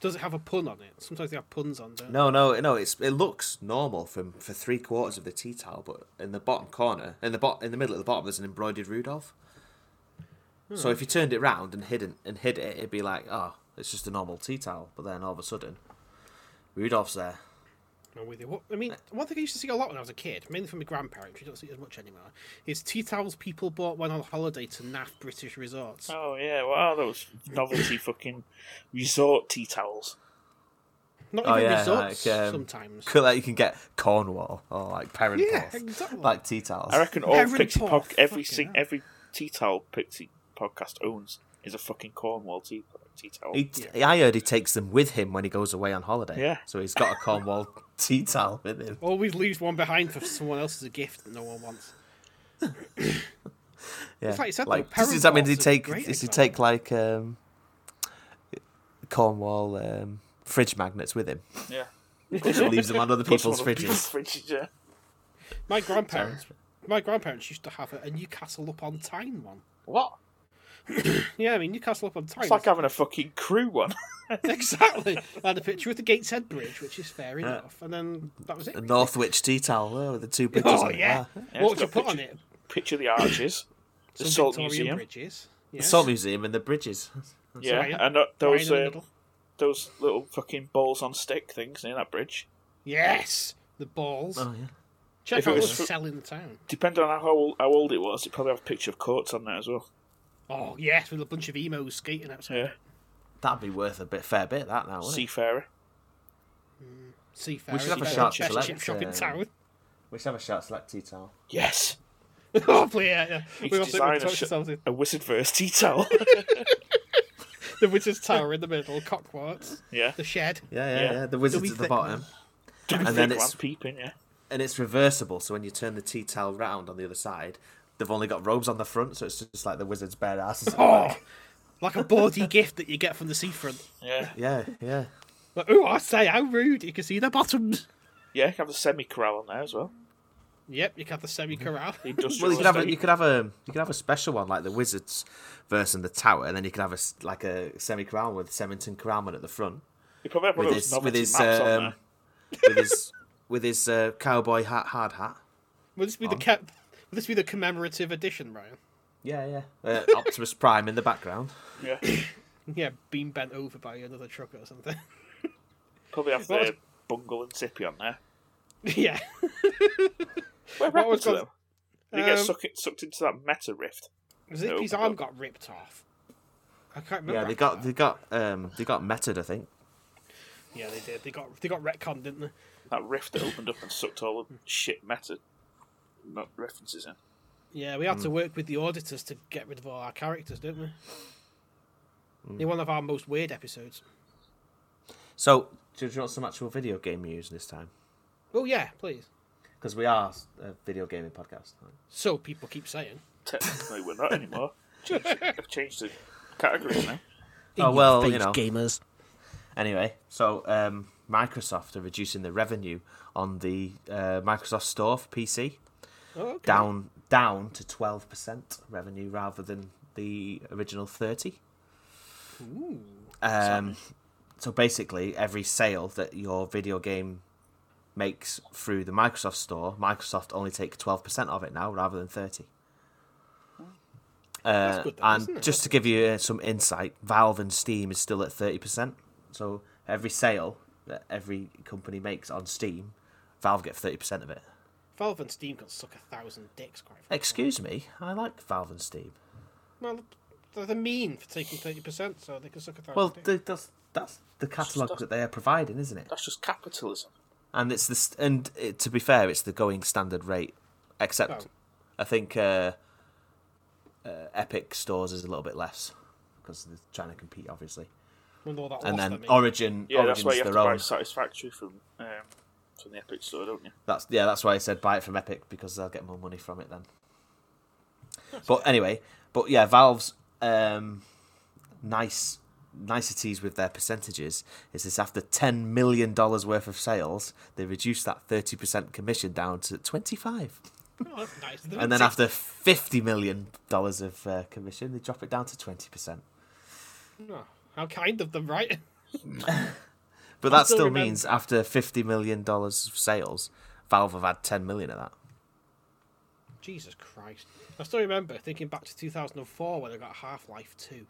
[SPEAKER 2] Does it have a pun on it? Sometimes they have puns on it.
[SPEAKER 3] No, no, no. It's it looks normal from for three quarters of the tea towel, but in the bottom corner, in the bot, in the middle at the bottom, there's an embroidered Rudolph. So if you turned it round and hidden and hid it, it'd be like, oh, it's just a normal tea towel. But then all of a sudden, Rudolph's there.
[SPEAKER 2] I'm with you. What, I mean, one thing I used to see a lot when I was a kid, mainly from my grandparents, you don't see it as much anymore, is tea towels people bought when on holiday to naff British resorts.
[SPEAKER 4] Oh yeah, what are those novelty fucking resort tea towels?
[SPEAKER 2] Not
[SPEAKER 3] Oh,
[SPEAKER 2] even
[SPEAKER 3] yeah,
[SPEAKER 2] resorts
[SPEAKER 3] like, um,
[SPEAKER 2] sometimes.
[SPEAKER 3] Cool, like you can get Cornwall or like Perrin
[SPEAKER 2] Yeah,
[SPEAKER 3] Porth,
[SPEAKER 2] exactly.
[SPEAKER 3] like tea towels.
[SPEAKER 4] I reckon all
[SPEAKER 2] Heron
[SPEAKER 4] Pixie
[SPEAKER 2] Paw,
[SPEAKER 4] Pod- every
[SPEAKER 2] fucking
[SPEAKER 4] sing-
[SPEAKER 2] hell.
[SPEAKER 4] every tea towel Pixie podcast owns is a fucking Cornwall tea, tea towel.
[SPEAKER 3] He, I heard he takes them with him when he goes away on holiday.
[SPEAKER 4] Yeah.
[SPEAKER 3] so he's got a Cornwall tea towel with him.
[SPEAKER 2] Always leaves one behind for someone else as a gift that no one wants.
[SPEAKER 3] Yeah,
[SPEAKER 2] like you said, though,
[SPEAKER 3] does, does that mean
[SPEAKER 2] Perrin
[SPEAKER 3] does he
[SPEAKER 2] Porth's a
[SPEAKER 3] take?
[SPEAKER 2] great
[SPEAKER 3] Does he
[SPEAKER 2] example.
[SPEAKER 3] take like um, Cornwall um, fridge magnets with him?
[SPEAKER 4] yeah,
[SPEAKER 3] leaves them on other
[SPEAKER 4] Puts them
[SPEAKER 3] people's
[SPEAKER 4] on other people's
[SPEAKER 3] fridges.
[SPEAKER 4] fridges, yeah.
[SPEAKER 2] My grandparents, my grandparents used to have a, a Newcastle up on Tyne one.
[SPEAKER 4] What?
[SPEAKER 2] Yeah, I mean Newcastle up on Tyne.
[SPEAKER 4] It's like having a fucking crew one.
[SPEAKER 2] exactly. I had a picture with the Gateshead Bridge, which is fair enough, and then that was it.
[SPEAKER 3] A Northwich tea towel oh, with the two pictures
[SPEAKER 2] Oh
[SPEAKER 3] on it.
[SPEAKER 2] yeah.
[SPEAKER 3] Ah.
[SPEAKER 4] Yeah,
[SPEAKER 2] what would
[SPEAKER 4] it's
[SPEAKER 2] you
[SPEAKER 4] got
[SPEAKER 2] put on
[SPEAKER 4] pictures-
[SPEAKER 2] it?
[SPEAKER 4] Picture the arches, the
[SPEAKER 2] Some
[SPEAKER 4] Salt
[SPEAKER 2] Victorian
[SPEAKER 4] Museum,
[SPEAKER 2] bridges.
[SPEAKER 3] The
[SPEAKER 2] Yes.
[SPEAKER 3] Salt Museum and the bridges.
[SPEAKER 4] yeah,
[SPEAKER 2] Ryan.
[SPEAKER 4] and uh,
[SPEAKER 2] Ryan
[SPEAKER 4] those
[SPEAKER 2] in the
[SPEAKER 4] uh,
[SPEAKER 2] middle.
[SPEAKER 4] those little fucking balls on stick things near that bridge.
[SPEAKER 2] Yes, the balls.
[SPEAKER 3] Oh yeah.
[SPEAKER 2] Check
[SPEAKER 4] Uh, if it
[SPEAKER 2] out
[SPEAKER 4] was
[SPEAKER 2] what's
[SPEAKER 4] for-
[SPEAKER 2] selling the town.
[SPEAKER 4] Depending on how old, how old it was, it probably have a picture of courts on there as well.
[SPEAKER 2] Oh yes, with a bunch of emos skating outside.
[SPEAKER 4] Yeah,
[SPEAKER 3] That'd be worth a bit, fair bit. That now, wouldn't it?
[SPEAKER 4] seafarer.
[SPEAKER 2] Seafair.
[SPEAKER 3] We should have a
[SPEAKER 2] shop
[SPEAKER 3] shop
[SPEAKER 2] chip
[SPEAKER 3] select,
[SPEAKER 2] shop in
[SPEAKER 3] uh,
[SPEAKER 2] town.
[SPEAKER 3] We should have a shout select tea towel.
[SPEAKER 4] Yes.
[SPEAKER 2] Hopefully, Oh, yeah. yeah.
[SPEAKER 4] Each
[SPEAKER 2] We also we
[SPEAKER 4] design a,
[SPEAKER 2] talked
[SPEAKER 4] sh-
[SPEAKER 2] ourselves in
[SPEAKER 4] a wizard verse tea towel.
[SPEAKER 2] the witch's tower in the middle, cockwarts,
[SPEAKER 4] yeah.
[SPEAKER 2] the shed.
[SPEAKER 3] Yeah, yeah,
[SPEAKER 4] Yeah.
[SPEAKER 3] yeah. The wizards
[SPEAKER 2] wee
[SPEAKER 3] at the
[SPEAKER 2] thick
[SPEAKER 3] bottom.
[SPEAKER 4] and
[SPEAKER 3] then
[SPEAKER 4] then
[SPEAKER 3] it's-
[SPEAKER 4] peeping, yeah.
[SPEAKER 3] and it's reversible. So when you turn the tea towel round on the other side, they've only got robes on the front, so it's just like the wizard's bare ass.
[SPEAKER 2] Oh, like a bawdy gift that you get from the seafront.
[SPEAKER 4] Yeah.
[SPEAKER 3] Yeah, yeah.
[SPEAKER 2] Like, oh, I say, how rude! You can see the bottoms.
[SPEAKER 4] Yeah, have a semi corral on there as well.
[SPEAKER 2] Yep, you got the semi corral.
[SPEAKER 3] Well, you
[SPEAKER 4] Industrial
[SPEAKER 3] could have a,
[SPEAKER 4] estate.
[SPEAKER 3] you could have a you could have a special one like the Wizards versus the Tower, and then you could have a s- like a semi crown with Semington Crownman at the front
[SPEAKER 4] You probably have one
[SPEAKER 3] with
[SPEAKER 4] of those
[SPEAKER 3] his with
[SPEAKER 4] novelty
[SPEAKER 3] his
[SPEAKER 4] maps on
[SPEAKER 3] um,
[SPEAKER 4] there.
[SPEAKER 3] with his with his uh, cowboy hat hard hat.
[SPEAKER 2] Will this be the ca- Will this be the commemorative edition, Ryan?
[SPEAKER 3] Yeah, yeah. Uh, Optimus Prime in the background.
[SPEAKER 4] Yeah.
[SPEAKER 2] Yeah, being bent over by another truck or something.
[SPEAKER 4] Probably have
[SPEAKER 2] What
[SPEAKER 4] the Bungle and Zippy on there.
[SPEAKER 2] yeah.
[SPEAKER 4] What happened
[SPEAKER 2] was
[SPEAKER 4] to
[SPEAKER 2] gone-
[SPEAKER 4] them? Did he get
[SPEAKER 2] Um,
[SPEAKER 4] sucked, sucked into that meta rift?
[SPEAKER 2] Zippy's
[SPEAKER 4] Nope.
[SPEAKER 2] arm got ripped off. I can't remember.
[SPEAKER 3] Yeah, they
[SPEAKER 2] after
[SPEAKER 3] got
[SPEAKER 2] that.
[SPEAKER 3] they got um they got meted, I think.
[SPEAKER 2] Yeah, they did. They got they got retconned, didn't they?
[SPEAKER 4] That rift that opened up and sucked all the shit meta not references in.
[SPEAKER 2] Yeah, we had to work with the auditors to get rid of all our characters, didn't we? In one of our most weird episodes.
[SPEAKER 3] So, do you want some actual video game news this time?
[SPEAKER 2] Oh yeah, please.
[SPEAKER 3] Because we are a video gaming podcast.
[SPEAKER 2] So people keep saying.
[SPEAKER 4] Technically, we're not anymore. Change- I've changed the categories now.
[SPEAKER 3] Oh well,
[SPEAKER 5] Face
[SPEAKER 3] you know.
[SPEAKER 5] gamers.
[SPEAKER 3] Anyway, so um, Microsoft are reducing the revenue on the uh, Microsoft Store for PC
[SPEAKER 2] Oh, okay.
[SPEAKER 3] down down to twelve percent revenue rather than the original thirty. Um, so basically, every sale that your video game makes through the Microsoft Store, Microsoft only take twelve percent of it now rather than thirty. Uh,
[SPEAKER 2] good though, isn't
[SPEAKER 3] and
[SPEAKER 2] it?
[SPEAKER 3] just to give you uh, some insight, Valve and Steam is still at thirty percent. So every sale that every company makes on Steam, Valve get thirty percent of it.
[SPEAKER 2] Valve and Steam can suck a thousand dicks, quite frankly.
[SPEAKER 3] Excuse me, I like Valve and Steam.
[SPEAKER 2] Well, they're the mean for taking thirty percent, so they can suck a thousand.
[SPEAKER 3] Well,
[SPEAKER 2] dicks.
[SPEAKER 3] th that's that's the catalogue that they are providing, isn't it?
[SPEAKER 4] That's just capitalism.
[SPEAKER 3] And it's this, and it, to be fair, it's the going standard rate. Except,
[SPEAKER 2] Oh.
[SPEAKER 3] I think uh, uh, Epic stores is a little bit less because they're trying to compete, obviously.
[SPEAKER 2] With all that eh?
[SPEAKER 3] And
[SPEAKER 2] loss
[SPEAKER 3] then
[SPEAKER 2] that means.
[SPEAKER 3] Origin,
[SPEAKER 2] Oh,
[SPEAKER 4] Yeah, that's why
[SPEAKER 3] Origin's
[SPEAKER 4] you have
[SPEAKER 3] their
[SPEAKER 4] to buy
[SPEAKER 3] own.
[SPEAKER 4] Satisfactory from um, from the Epic Store, don't you?
[SPEAKER 3] That's yeah, that's why I said buy it from Epic because they'll get more money from it then. But anyway, but yeah, Valve's um, nice niceties with their percentages is this after ten million dollars worth of sales, they reduced that thirty percent commission down to twenty five,
[SPEAKER 2] Oh, that's nice. They
[SPEAKER 3] and
[SPEAKER 2] don't
[SPEAKER 3] then
[SPEAKER 2] take-
[SPEAKER 3] after fifty million dollars of uh, commission, they drop it down to twenty percent.
[SPEAKER 2] Oh, how kind of them, right?
[SPEAKER 3] But that
[SPEAKER 2] still
[SPEAKER 3] still
[SPEAKER 2] remember-
[SPEAKER 3] means after fifty million dollars of sales, Valve have had ten million of that.
[SPEAKER 2] Jesus Christ. I still remember thinking back to 2004 when I got Half Life 2,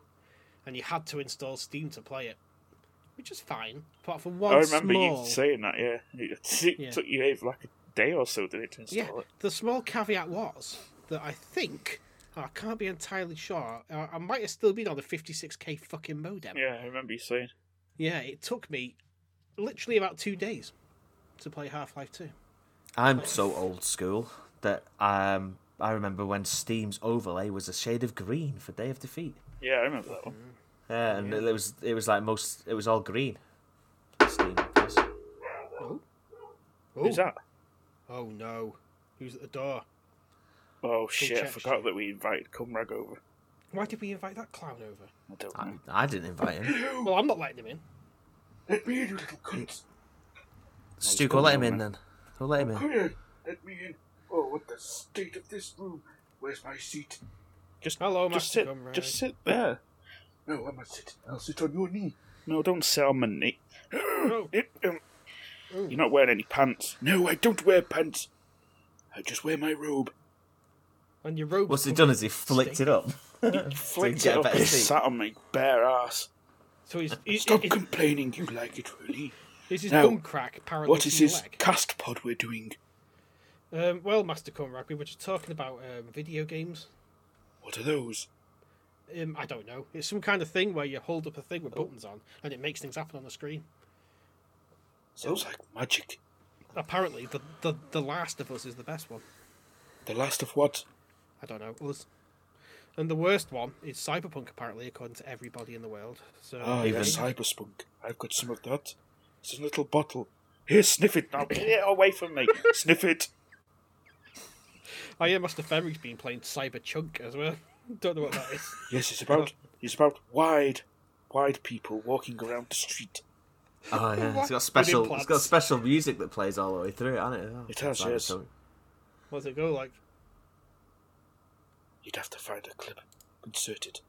[SPEAKER 2] and you had to install Steam to play it, which is fine, apart from one
[SPEAKER 4] I remember
[SPEAKER 2] small.
[SPEAKER 4] you saying that. Yeah, it, it
[SPEAKER 2] Yeah.
[SPEAKER 4] took you over like a day or so, did it, to
[SPEAKER 2] yeah,
[SPEAKER 4] install it?
[SPEAKER 2] the small caveat was that I think, I can't be entirely sure, uh, I might have still been on the 56k fucking modem.
[SPEAKER 4] Yeah, I remember you saying.
[SPEAKER 2] Yeah, it took me literally about two days to play Half Life 2.
[SPEAKER 3] I'm so old school that um, I remember when Steam's overlay was a shade of green for Day of Defeat.
[SPEAKER 4] Yeah, I remember that one.
[SPEAKER 2] Mm-hmm.
[SPEAKER 3] Yeah, and it was it was like most it was all green. Steam. was.
[SPEAKER 2] Oh.
[SPEAKER 4] Who's that?
[SPEAKER 2] Oh no. Who's at the door?
[SPEAKER 4] Oh shit! I
[SPEAKER 2] check,
[SPEAKER 4] forgot
[SPEAKER 2] check.
[SPEAKER 4] that we invited Cumrag over.
[SPEAKER 2] Why did we invite that clown over?
[SPEAKER 4] I don't
[SPEAKER 3] I,
[SPEAKER 4] know.
[SPEAKER 3] I didn't invite him.
[SPEAKER 2] Well, I'm not letting him in.
[SPEAKER 4] Let me in, you little cunt.
[SPEAKER 3] Stu, go let him in then. Go let him in.
[SPEAKER 7] Here, let me in. Oh, what the state of this room. Where's my seat?
[SPEAKER 4] Just
[SPEAKER 2] Hello,
[SPEAKER 4] just
[SPEAKER 2] Master
[SPEAKER 4] sit,
[SPEAKER 2] Cumrag.
[SPEAKER 4] just sit there.
[SPEAKER 7] No, I must sit. I'll sit on your knee.
[SPEAKER 4] No, don't sell my knee. um,
[SPEAKER 2] Oh,
[SPEAKER 4] You're not wearing any pants.
[SPEAKER 7] No, I don't wear pants. I just wear my robe.
[SPEAKER 2] and your robe.
[SPEAKER 3] What's he done is he flicked it up.
[SPEAKER 4] Flicked
[SPEAKER 3] get a
[SPEAKER 4] it up
[SPEAKER 3] better
[SPEAKER 4] and
[SPEAKER 3] seat.
[SPEAKER 4] sat on my bare ass.
[SPEAKER 2] So he's, he,
[SPEAKER 7] Stop
[SPEAKER 2] he-
[SPEAKER 7] complaining. You like it, really?
[SPEAKER 2] he's his
[SPEAKER 7] now.
[SPEAKER 2] bum crack paralyzed
[SPEAKER 7] What is this
[SPEAKER 2] leg.
[SPEAKER 7] cast pod we're doing?
[SPEAKER 2] Um, well, Master Conrad, we were just talking about um, video games.
[SPEAKER 7] What are those?
[SPEAKER 2] Um, I don't know. It's some kind of thing where you hold up a thing with
[SPEAKER 7] Oh.
[SPEAKER 2] buttons on and it makes things happen on the screen.
[SPEAKER 7] Sounds
[SPEAKER 3] Oh.
[SPEAKER 7] like magic.
[SPEAKER 2] Apparently, the, the, the Last of Us is the best one.
[SPEAKER 7] The last of what?
[SPEAKER 2] I don't know. Us. And the worst one is Cyberpunk, apparently, according to everybody in the world. So
[SPEAKER 4] Oh,
[SPEAKER 7] Ah, yes, cyberspunk. I've got some of that. It's in a little bottle. Here, sniff it now.
[SPEAKER 4] Get it away from me.
[SPEAKER 7] sniff it.
[SPEAKER 2] I hear oh, Master Ferry's been playing Cyber Chunk as well. don't know what that is.
[SPEAKER 7] Yes, it's about it's about wide, wide people walking around the street.
[SPEAKER 3] Oh yeah, it's got
[SPEAKER 2] With
[SPEAKER 3] special. It's
[SPEAKER 2] implants.
[SPEAKER 3] got special music that plays all the way through, hasn't it?
[SPEAKER 7] It has,
[SPEAKER 3] Like
[SPEAKER 7] yes.
[SPEAKER 3] something.
[SPEAKER 2] What does it go like?
[SPEAKER 4] You'd have to find a clip. Insert it.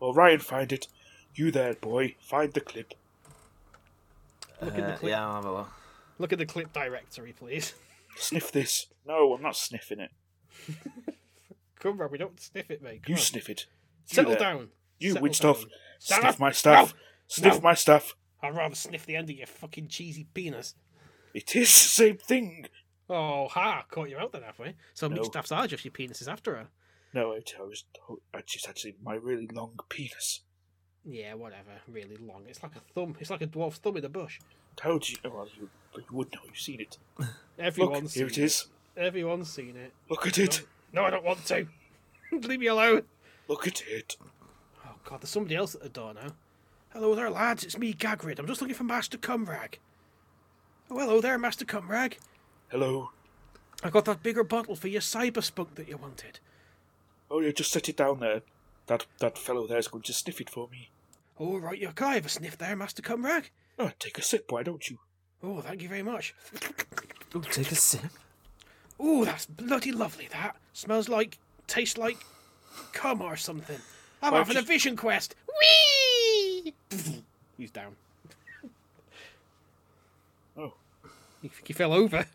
[SPEAKER 4] Or Ryan, find it. You there, boy. Find the clip.
[SPEAKER 2] Look at the
[SPEAKER 3] Uh,
[SPEAKER 2] clip.
[SPEAKER 3] Yeah, I'll have a look.
[SPEAKER 2] Look at the clip directory, please.
[SPEAKER 4] Sniff this.
[SPEAKER 8] No, I'm not sniffing it.
[SPEAKER 2] Come on, we don't sniff it, mate. Come
[SPEAKER 4] You
[SPEAKER 2] on.
[SPEAKER 4] sniff it. You
[SPEAKER 2] Settle
[SPEAKER 4] there.
[SPEAKER 2] down.
[SPEAKER 4] You
[SPEAKER 2] Settle
[SPEAKER 4] weird stuff.
[SPEAKER 2] down.
[SPEAKER 4] Sniff
[SPEAKER 2] Settle-
[SPEAKER 4] my stuff.
[SPEAKER 2] No.
[SPEAKER 4] Sniff
[SPEAKER 2] No.
[SPEAKER 4] my stuff.
[SPEAKER 2] I'd rather sniff the end of your fucking cheesy penis.
[SPEAKER 4] It is the same thing.
[SPEAKER 2] Oh, ha! Caught you out there halfway. So
[SPEAKER 4] No.
[SPEAKER 2] meat staffs are just your penises after her.
[SPEAKER 4] No, it I was. I just actually my really long penis.
[SPEAKER 2] Yeah, whatever. Really long. It's like a thumb. It's like a dwarf's thumb in a bush.
[SPEAKER 4] How do you? oh, Well, you, you would know. You've seen it.
[SPEAKER 2] Everyone's
[SPEAKER 4] Look,
[SPEAKER 2] seen
[SPEAKER 4] here it is.
[SPEAKER 2] Everyone's seen it.
[SPEAKER 4] Look at it.
[SPEAKER 2] No, I don't want to. Leave me alone.
[SPEAKER 4] Look at it.
[SPEAKER 2] Oh God, there's somebody else at the door now. Hello there, lads. It's me, Gagrid. I'm just looking for Master Cumrag. Oh, hello there, Master Cumrag.
[SPEAKER 4] Hello.
[SPEAKER 2] I got that bigger bottle for your cyberspunk that you wanted.
[SPEAKER 4] Oh, you just set it down there. That that fellow there's going to sniff it for me.
[SPEAKER 2] Oh, right, you can I have a sniff there, Master Cumrag?
[SPEAKER 4] Oh, take a sip. Why don't you?
[SPEAKER 2] Oh, thank you very much.
[SPEAKER 3] Ooh, take a sip.
[SPEAKER 2] Oh, that's bloody lovely. That smells like, tastes like, cum or something. I'm having a vision quest. Whee! He's down.
[SPEAKER 4] Oh,
[SPEAKER 2] He, he fell over.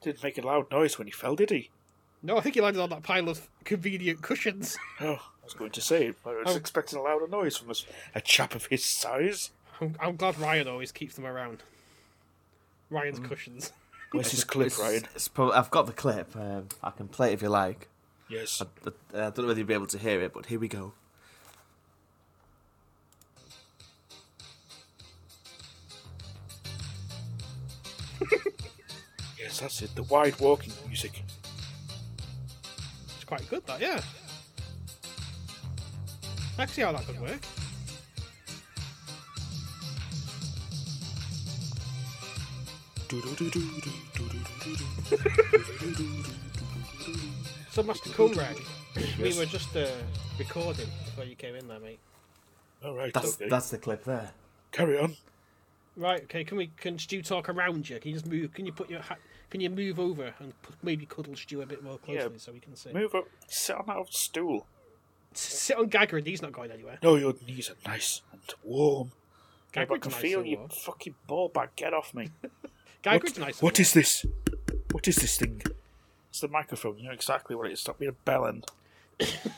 [SPEAKER 4] didn't make a loud noise when he fell, did he?
[SPEAKER 2] No, I think he landed on that pile of convenient cushions.
[SPEAKER 4] Oh, I was going to say. I was expecting a louder noise from a, s- a chap of his size.
[SPEAKER 2] I'm, I'm glad Ryan always keeps them around. Ryan's
[SPEAKER 4] Mm.
[SPEAKER 2] cushions.
[SPEAKER 4] Where's his clip, Ryan?
[SPEAKER 3] It's prob- I've got the clip. Um, I can play it if you like.
[SPEAKER 4] Yes.
[SPEAKER 3] Uh, I don't know whether you'll be able to hear it, but here we go.
[SPEAKER 4] Yes, that's it. The wide walking music.
[SPEAKER 2] It's quite good, that, yeah. I can see how that could work. So, Master Cumrag, we were just uh, recording before you came in there, mate.
[SPEAKER 4] All right.
[SPEAKER 3] That's
[SPEAKER 4] okay.
[SPEAKER 3] that's the clip there.
[SPEAKER 4] Carry on.
[SPEAKER 2] Right, okay, can we, can Stu talk around you? Can you just move, can you put your hat, can you move over and put, maybe cuddle Stu a bit more closely so we can see?
[SPEAKER 4] Move up. Sit on that stool.
[SPEAKER 2] Sit on Gagarin, he's not going anywhere.
[SPEAKER 4] No, your knees are nice and warm.
[SPEAKER 8] I
[SPEAKER 2] Gagrid's
[SPEAKER 8] can
[SPEAKER 2] nice
[SPEAKER 8] feel
[SPEAKER 2] and
[SPEAKER 8] your
[SPEAKER 2] warm.
[SPEAKER 8] fucking ball back. Get off me.
[SPEAKER 2] Gagrid's nice.
[SPEAKER 4] What is this? What is this thing?
[SPEAKER 8] It's the microphone. You know exactly what it is. Stop being a bellend.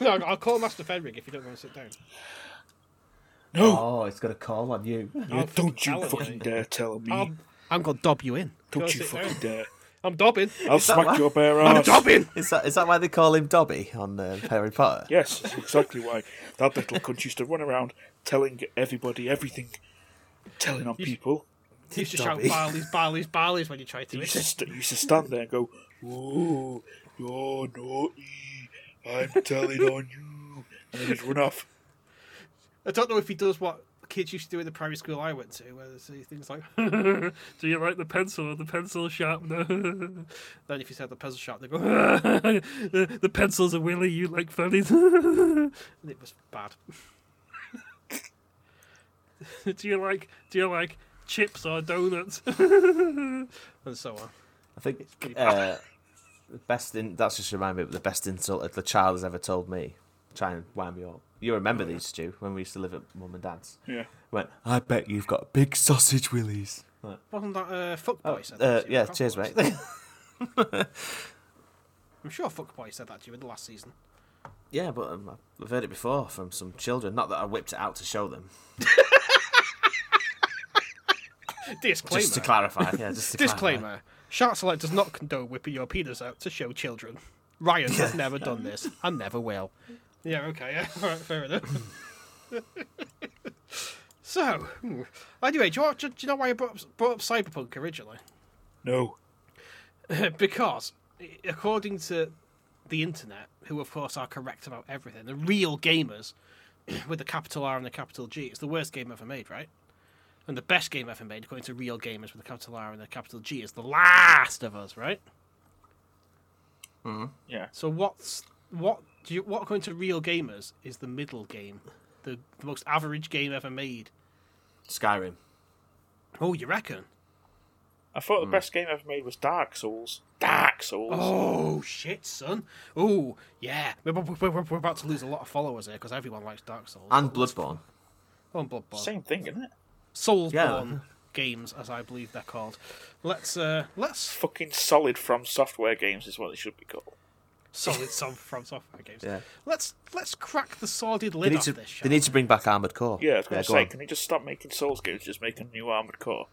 [SPEAKER 2] No, I'll call Master Fenrig if you don't want to sit down.
[SPEAKER 4] No,
[SPEAKER 3] Oh, it's got a call on you.
[SPEAKER 4] you
[SPEAKER 2] I'll
[SPEAKER 4] don't you
[SPEAKER 2] tell him,
[SPEAKER 4] fucking
[SPEAKER 2] mate.
[SPEAKER 4] dare tell me.
[SPEAKER 2] I'm, I'm gonna dob you in.
[SPEAKER 4] don't
[SPEAKER 2] Go
[SPEAKER 4] you
[SPEAKER 2] sit
[SPEAKER 4] fucking dare.
[SPEAKER 2] I'm dobbing.
[SPEAKER 4] I'll
[SPEAKER 3] that
[SPEAKER 4] smack
[SPEAKER 3] why-
[SPEAKER 4] your bare ass.
[SPEAKER 3] Is that is that why they call him Dobby on uh, Harry Potter?
[SPEAKER 4] Yes, that's exactly why. That little cunt used to run around telling everybody everything, telling on people.
[SPEAKER 2] You used to shout
[SPEAKER 3] Dobby.
[SPEAKER 2] barleys, barleys, barleys when you tried to.
[SPEAKER 4] He
[SPEAKER 2] It's
[SPEAKER 4] used to, st- he used to stand there and go, Ooh, you're naughty. I'm telling on you. And then he'd run off.
[SPEAKER 2] I don't know if he does what kids used to do in the primary school I went to, where they say things like, "Do you like the pencil or the pencil sharpener?" then if you said the pencil sharpener, they go, "The the pencil's a willy, you like funnies." and it was bad. do you like do you like chips or donuts? and so on.
[SPEAKER 3] I think uh, the best in that's just reminded me of the best insult the child has ever told me. Try and wind me up. You remember these, Stu, when we used to live at mum and dad's?
[SPEAKER 4] Yeah.
[SPEAKER 3] Went, I bet you've got big sausage willies. Like,
[SPEAKER 2] Wasn't that uh, fuckboy?
[SPEAKER 3] oh,
[SPEAKER 2] said that
[SPEAKER 3] uh,
[SPEAKER 2] to you?
[SPEAKER 3] yeah,
[SPEAKER 2] Fuckboy
[SPEAKER 3] cheers,
[SPEAKER 2] said
[SPEAKER 3] mate.
[SPEAKER 2] I'm sure Fuckboy said that to you in the last season.
[SPEAKER 3] yeah, but um, I've heard it before from some children. Not that I whipped it out to show them.
[SPEAKER 2] Disclaimer.
[SPEAKER 3] Just to clarify. Yeah, just to Clarify.
[SPEAKER 2] Disclaimer. Shark Select does not condone whipping your penis out to show children. Ryan has never done this and never will. Yeah, okay, yeah. All right, fair enough. so, hmm. anyway, do you, want- do you know why I brought up, brought up Cyberpunk originally?
[SPEAKER 4] No.
[SPEAKER 2] because, i- according to the internet, who of course are correct about everything, the real gamers, with the capital R and the capital G, it's the worst game ever made, right? And the best game ever made, according to real gamers with the capital R and the capital G, is The Last of Us, right?
[SPEAKER 8] Yeah.
[SPEAKER 2] So what's what do you what according to real gamers is the middle game, the, the most average game ever made?
[SPEAKER 3] Skyrim.
[SPEAKER 2] Oh, you reckon?
[SPEAKER 4] I thought the best game I've made was Dark Souls. Dark Souls.
[SPEAKER 2] Oh shit, son! Oh yeah, we're, we're, we're, we're about to lose a lot of followers here because everyone likes Dark Souls
[SPEAKER 3] And Bloodborne.
[SPEAKER 2] Oh, and Bloodborne,
[SPEAKER 4] Same thing, isn't it?
[SPEAKER 2] Soulsborne
[SPEAKER 3] Yeah.
[SPEAKER 2] games, as I believe they're called. Let's uh, let's
[SPEAKER 4] Fucking solid from software games is what they should be called.
[SPEAKER 2] solid some from software games.
[SPEAKER 3] Yeah.
[SPEAKER 2] Let's let's crack the sordid
[SPEAKER 3] They
[SPEAKER 2] lid
[SPEAKER 3] need,
[SPEAKER 2] off
[SPEAKER 3] to,
[SPEAKER 2] this.
[SPEAKER 3] they
[SPEAKER 2] shall
[SPEAKER 3] need to bring back Armored Core.
[SPEAKER 4] Yeah, I was going to
[SPEAKER 3] go
[SPEAKER 4] say,
[SPEAKER 3] on.
[SPEAKER 4] can they just stop making Souls games, just make a new Armored Core?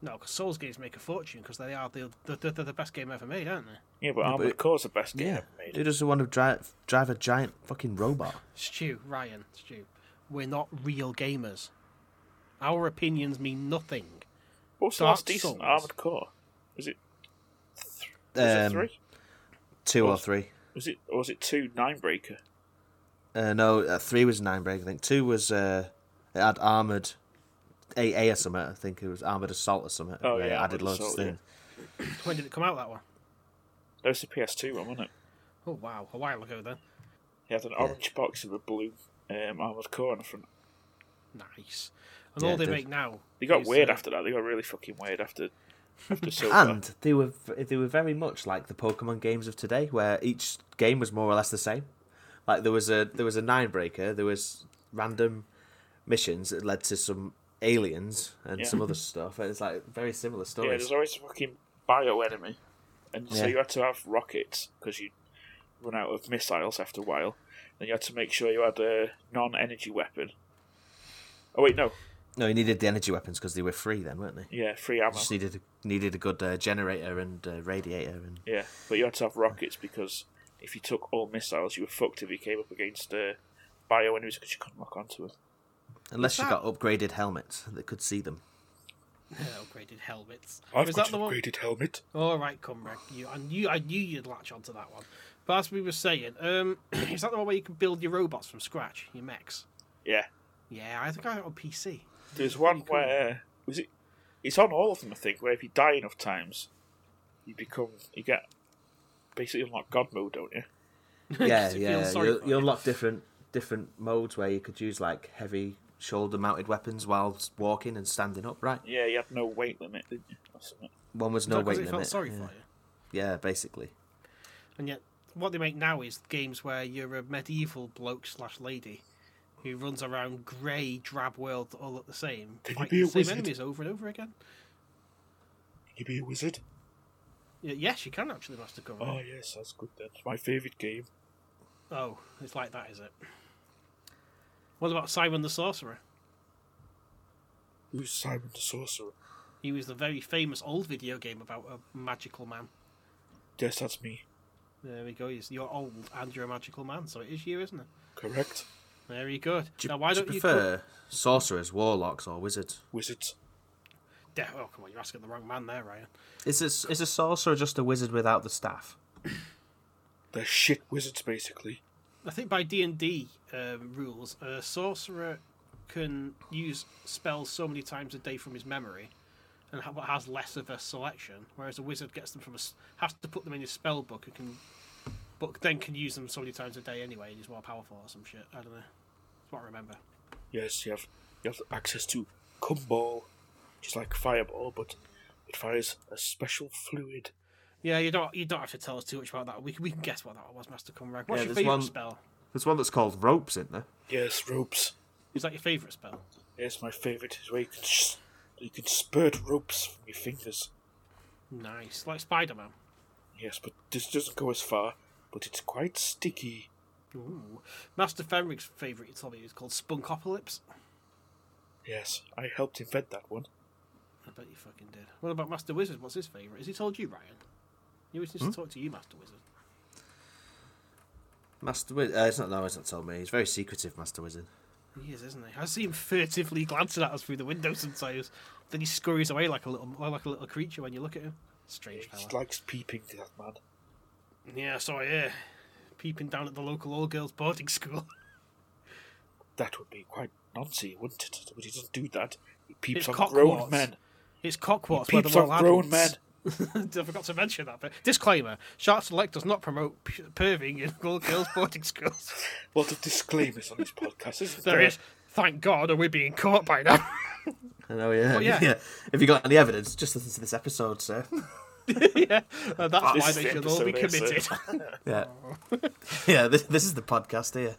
[SPEAKER 2] No, because Souls games make a fortune because they are the, the, the, the best game ever made, aren't they?
[SPEAKER 4] Yeah, but Armored
[SPEAKER 3] it-
[SPEAKER 4] Core's the best game
[SPEAKER 3] Yeah.
[SPEAKER 4] ever made.
[SPEAKER 3] Who doesn't want to drive, drive a giant fucking robot?
[SPEAKER 2] Stu, Ryan, Stu, we're not real gamers. Our opinions mean nothing.
[SPEAKER 4] What was the
[SPEAKER 2] Dark
[SPEAKER 4] last decent
[SPEAKER 2] Souls.
[SPEAKER 4] Armored Core? Was it, was it
[SPEAKER 3] Um,
[SPEAKER 4] three?
[SPEAKER 3] Two or
[SPEAKER 4] was-
[SPEAKER 3] three.
[SPEAKER 4] Was it or was it two Ninebreaker?
[SPEAKER 3] Uh, no, uh, three was nine break. I think two was uh, it had armored AA or something. I think it was armored assault or something.
[SPEAKER 4] Oh,
[SPEAKER 3] and they
[SPEAKER 4] yeah,
[SPEAKER 3] added
[SPEAKER 4] Armored
[SPEAKER 3] loads
[SPEAKER 4] Assault,
[SPEAKER 3] of
[SPEAKER 4] yeah.
[SPEAKER 3] things.
[SPEAKER 2] When did it come out, that one?
[SPEAKER 4] That was the PS2 one, wasn't it?
[SPEAKER 2] Oh, wow, a while ago then.
[SPEAKER 4] He had an orange box with a blue um, Armored Core on the front.
[SPEAKER 2] Nice. And
[SPEAKER 3] Yeah,
[SPEAKER 2] all
[SPEAKER 3] it
[SPEAKER 2] they
[SPEAKER 3] did.
[SPEAKER 2] make now.
[SPEAKER 4] They got
[SPEAKER 2] is,
[SPEAKER 4] weird
[SPEAKER 2] uh,
[SPEAKER 4] after that. They got really fucking weird after after Silver.
[SPEAKER 3] And they were v- they were very much like the Pokemon games of today, where each game was more or less the same. Like there was a there was a nine breaker, there was random missions that led to some aliens and
[SPEAKER 4] Yeah.
[SPEAKER 3] some other stuff. And it's like very similar
[SPEAKER 4] Yeah,
[SPEAKER 3] stories.
[SPEAKER 4] there's always a fucking bio enemy, and so
[SPEAKER 3] Yeah.
[SPEAKER 4] you had to have rockets because you run out of missiles after a while. Then you had to make sure you had a non-energy weapon. Oh wait, no,
[SPEAKER 3] No, you needed the energy weapons because they were free then, weren't they?
[SPEAKER 4] yeah, free ammo.
[SPEAKER 3] You just needed needed a good uh, generator and uh, radiator and
[SPEAKER 4] Yeah, but you had to have rockets because if you took all missiles, you were fucked if you came up against uh, bio enemies because you couldn't lock onto them.
[SPEAKER 3] unless you
[SPEAKER 2] that-
[SPEAKER 3] got upgraded helmets that could see them.
[SPEAKER 2] Upgraded helmets.
[SPEAKER 7] I've
[SPEAKER 2] was
[SPEAKER 7] got
[SPEAKER 2] that
[SPEAKER 7] an
[SPEAKER 2] the one?
[SPEAKER 7] upgraded helmet.
[SPEAKER 2] All right, Cumbrick. You, I knew I knew you'd latch onto that one. But as we were saying, um, is that the one where you can build your robots from scratch, your mechs?
[SPEAKER 4] Yeah,
[SPEAKER 2] Yeah, I think I got it on PC.
[SPEAKER 4] there's one
[SPEAKER 2] cool.
[SPEAKER 4] where was it? It's on all of them, I think. Where if you die enough times, you become you get basically unlock god mode, don't you?
[SPEAKER 3] yeah,
[SPEAKER 2] it feels
[SPEAKER 3] yeah.
[SPEAKER 2] sorry
[SPEAKER 3] You,
[SPEAKER 2] for
[SPEAKER 3] you
[SPEAKER 2] it.
[SPEAKER 3] unlock different different modes where you could use like heavy shoulder mounted weapons while s- walking and standing up. Right,
[SPEAKER 4] Yeah, you had no weight limit, didn't you? Or something.
[SPEAKER 3] one was
[SPEAKER 2] No,
[SPEAKER 3] no
[SPEAKER 2] because
[SPEAKER 3] weight
[SPEAKER 2] it felt
[SPEAKER 3] limit.
[SPEAKER 2] sorry
[SPEAKER 3] yeah.
[SPEAKER 2] for you.
[SPEAKER 3] Yeah, basically.
[SPEAKER 2] And yet, what they make now is games where you're a medieval bloke slash lady who runs around grey, drab world all look the same,
[SPEAKER 7] Can you
[SPEAKER 2] fighting
[SPEAKER 7] be a
[SPEAKER 2] the same
[SPEAKER 7] wizard?
[SPEAKER 2] enemies over and over again.
[SPEAKER 7] Can you be a wizard?
[SPEAKER 2] Y- Yes, you can actually, Master Cover.
[SPEAKER 7] Oh yes, that's good. That's my favourite game.
[SPEAKER 2] Oh, it's like that, is it? What about Simon the Sorcerer?
[SPEAKER 7] Who's Simon the Sorcerer?
[SPEAKER 2] He was the very famous old video game about a magical man.
[SPEAKER 7] Yes, that's me.
[SPEAKER 2] There we go. he's- You're old and you're a magical man, so it is you, isn't it?
[SPEAKER 7] Correct.
[SPEAKER 2] Very good.
[SPEAKER 3] Do you,
[SPEAKER 2] now, why
[SPEAKER 3] do
[SPEAKER 2] don't
[SPEAKER 3] you
[SPEAKER 2] you?
[SPEAKER 3] prefer sorcerers, warlocks, or wizards?
[SPEAKER 7] Wizards.
[SPEAKER 2] Co- Yeah, oh, come on, you're asking the wrong man there, Ryan.
[SPEAKER 3] Is this is a sorcerer just a wizard without the
[SPEAKER 7] They're shit wizards, basically.
[SPEAKER 2] I think by D and D um, rules, a sorcerer can use spells so many times a day from his memory, and ha- has less of a selection. Whereas a wizard gets them from a s has to put them in his spell book and can, but then can use them so many times a day anyway, and he's more powerful or some shit. I don't know. That's what I remember.
[SPEAKER 7] Yes, you have you have access to cumball, just like fireball, but it fires a special fluid.
[SPEAKER 2] Yeah, you don't you don't have to tell us too much about that. We can, we can guess what that was, Master Conrad. What's
[SPEAKER 3] Yeah,
[SPEAKER 2] your
[SPEAKER 3] there's
[SPEAKER 2] favourite
[SPEAKER 3] one-
[SPEAKER 2] spell?
[SPEAKER 3] There's one that's called ropes, isn't there?
[SPEAKER 7] Yes, ropes.
[SPEAKER 2] Is that your favourite spell?
[SPEAKER 7] Yes, my favourite is where you can sh- you can spurt ropes from your fingers.
[SPEAKER 2] Nice, like Spider Man.
[SPEAKER 7] Yes, but this doesn't go as far, but it's quite sticky.
[SPEAKER 2] Ooh, Master Fenrig's favourite. You told me is called Spunkopolypse.
[SPEAKER 7] Yes, I helped invent that one.
[SPEAKER 2] I bet you fucking did. What about Master Wizard? What's his favourite? Has he told you, Ryan? He always needs to talk to you, Master Wizard.
[SPEAKER 3] Master Wizard. Uh, it's not. No, it's not told me. He's very secretive, Master Wizard.
[SPEAKER 2] He is, isn't he? I see him furtively glancing at us through the window sometimes. Then he scurries away like a little, like a little creature when you look at him. Strange
[SPEAKER 7] He
[SPEAKER 2] fella.
[SPEAKER 7] likes peeping to that man.
[SPEAKER 2] Yeah, so I hear. Peeping down at the local all girls boarding school.
[SPEAKER 7] That would be quite noncy, wouldn't it? But he doesn't do that. He peeps
[SPEAKER 2] It's
[SPEAKER 7] on
[SPEAKER 2] cockwarts.
[SPEAKER 7] grown men.
[SPEAKER 2] It's cockwarts.
[SPEAKER 7] Peeps
[SPEAKER 2] where they're
[SPEAKER 7] on
[SPEAKER 2] all
[SPEAKER 7] grown men.
[SPEAKER 2] adults. I forgot to mention that. But disclaimer: Shark Select does not promote p- perving in all girls boarding schools.
[SPEAKER 7] What of disclaimers on this podcast, isn't
[SPEAKER 2] There
[SPEAKER 7] there?
[SPEAKER 2] is, thank God, are we being caught by now?
[SPEAKER 3] I know, Oh, yeah.
[SPEAKER 2] But yeah.
[SPEAKER 3] If you got any evidence, just listen to this episode, sir.
[SPEAKER 2] yeah, uh, that's why
[SPEAKER 4] this
[SPEAKER 2] they should all be
[SPEAKER 4] episode is, uh,
[SPEAKER 2] committed.
[SPEAKER 3] Yeah. yeah, this, this is the podcast here.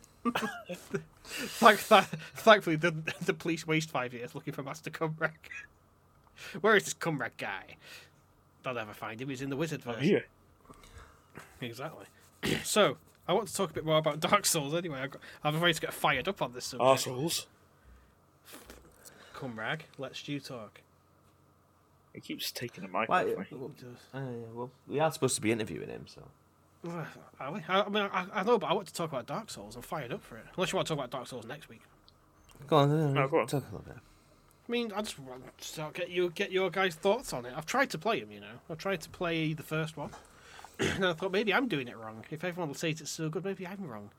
[SPEAKER 2] Thank, th- thankfully, the, the police waste five years looking for Master Cumrack. Where is this Cumrack guy? They'll never find him. He's in the wizard version.
[SPEAKER 7] Here.
[SPEAKER 2] Exactly. so, I want to talk a bit more about Dark Souls anyway. I've got, I'm afraid to get fired up on this subject.
[SPEAKER 7] Arseholes.
[SPEAKER 2] Cumrag, let's you talk.
[SPEAKER 4] He keeps taking the mic
[SPEAKER 3] Why?
[SPEAKER 4] off me.
[SPEAKER 3] well, uh, well, we are supposed to be interviewing him, so.
[SPEAKER 2] Are we? I, I mean, I, I know, but I want to talk about Dark Souls. I'm fired up for it. Unless you want to talk about Dark Souls next week.
[SPEAKER 3] Go on,
[SPEAKER 4] No, go on.
[SPEAKER 3] talk a little bit.
[SPEAKER 2] I mean, I just want to start- get you get your guys' thoughts on it. I've tried to play them, you know. I tried to play the first one, and I thought maybe I'm doing it wrong. If everyone says it's so good, maybe I'm wrong.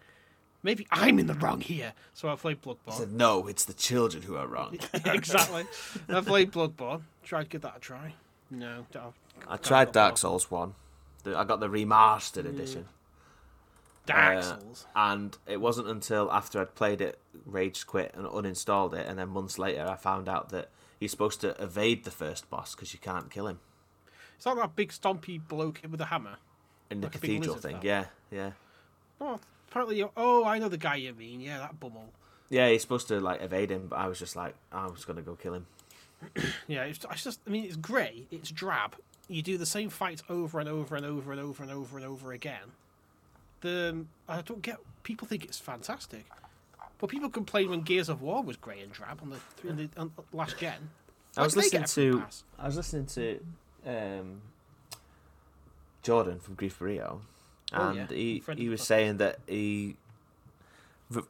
[SPEAKER 2] Maybe I'm in the wrong here. So I played
[SPEAKER 3] I
[SPEAKER 2] Bloodborne.
[SPEAKER 3] said, no, it's the children who are wrong.
[SPEAKER 2] exactly. I played Bloodborne. Tried to give that a try. No, oh, don't-
[SPEAKER 3] I
[SPEAKER 2] Bloodborne.
[SPEAKER 3] tried Dark Souls 1. The- I got the remastered edition.
[SPEAKER 2] Dark
[SPEAKER 3] Uh,
[SPEAKER 2] Souls.
[SPEAKER 3] And it wasn't until after I'd played it, rage quit and uninstalled it, and then months later I found out that you're supposed to evade the first boss because you can't kill him
[SPEAKER 2] It's not that big stompy bloke with a hammer.
[SPEAKER 3] in the
[SPEAKER 2] Like a big
[SPEAKER 3] cathedral
[SPEAKER 2] lizard
[SPEAKER 3] thing.
[SPEAKER 2] fella.
[SPEAKER 3] Yeah, yeah,
[SPEAKER 2] Oh, apparently you're. Oh, I know the guy you mean. Yeah, that bummel.
[SPEAKER 3] yeah. You're supposed to like evade him, but I was just like, I was gonna go kill him.
[SPEAKER 2] Yeah, it's, it's just. I mean, it's grey. It's drab. You do the same fights over and over and over and over and over and over again. The um, I don't get. People think it's fantastic, but people complained when Gears of War was grey and drab on the, on the on last gen.
[SPEAKER 3] I was
[SPEAKER 2] Like, they
[SPEAKER 3] listening
[SPEAKER 2] get a free
[SPEAKER 3] to
[SPEAKER 2] pass.
[SPEAKER 3] I was listening to um, Jordan from Grief Burrito,
[SPEAKER 2] Oh,
[SPEAKER 3] and
[SPEAKER 2] yeah,
[SPEAKER 3] he
[SPEAKER 2] friend of
[SPEAKER 3] he
[SPEAKER 2] the
[SPEAKER 3] was
[SPEAKER 2] podcast.
[SPEAKER 3] saying that he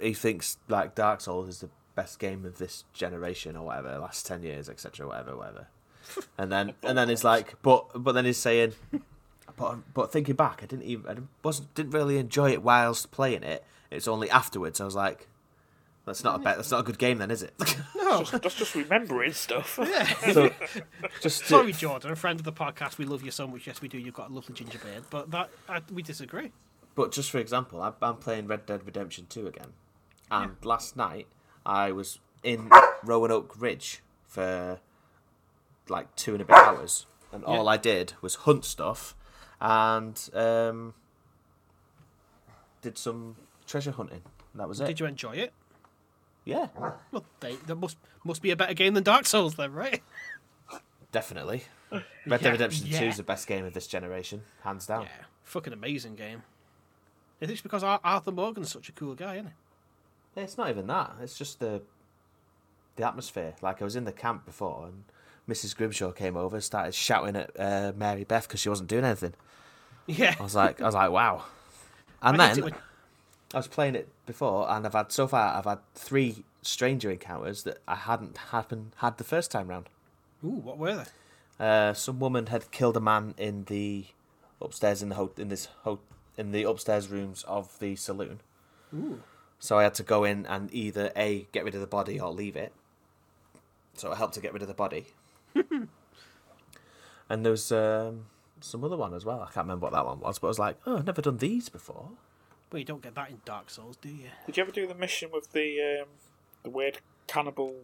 [SPEAKER 3] he thinks like Dark Souls is the best game of this generation or whatever, last ten years, etc., whatever, whatever. And then and then it's like, but but then he's saying, but but thinking back, I didn't even I didn't- wasn't didn't really enjoy it whilst playing it. It's only afterwards I was like, that's not a bet, that's not a good game then, is it?
[SPEAKER 2] No,
[SPEAKER 4] That's just remembering stuff.
[SPEAKER 3] so just to-
[SPEAKER 2] sorry, Jordan, a friend of the podcast. We love you so much. Yes, we do. You've got a lovely ginger beard, but that I, we disagree.
[SPEAKER 3] But just for example, I- I'm playing Red Dead Redemption 2 again. And last night, I was in Roanoke Ridge for like two and a bit hours. And all I did was hunt stuff and um, did some treasure hunting. That was it.
[SPEAKER 2] Did you enjoy it?
[SPEAKER 3] Yeah,
[SPEAKER 2] Well, they, there must must be a better game than Dark Souls, then, right?
[SPEAKER 3] definitely. Red
[SPEAKER 2] Yeah,
[SPEAKER 3] Dead Redemption 2
[SPEAKER 2] yeah.
[SPEAKER 3] is the best game of this generation, hands down.
[SPEAKER 2] Yeah, fucking amazing game. I think It's because Ar- Arthur Morgan's such a cool guy, isn't he?
[SPEAKER 3] It's not even that. It's just the the atmosphere. Like I was in the camp before, and Mrs. Grimshaw came over, and started shouting at uh, Mary Beth because she wasn't doing anything.
[SPEAKER 2] Yeah.
[SPEAKER 3] I was like, I was like, wow. And
[SPEAKER 2] I hate
[SPEAKER 3] then
[SPEAKER 2] it when-
[SPEAKER 3] I was playing it before, and I've had so far, I've had three stranger encounters that I hadn't happened had the first time round.
[SPEAKER 2] Ooh, what were they?
[SPEAKER 3] Uh, some woman had killed a man in the upstairs in the ho- in this ho- in the upstairs rooms of the saloon. So I had to go in and either a get rid of the body or leave it. So I helped to get rid of the body. and there was um, some other one as well. I can't remember what that one was, but I was like, oh, I've never done these before.
[SPEAKER 2] Well, you don't get that in Dark Souls, do you?
[SPEAKER 4] Did you ever do the mission with the um, the weird cannibal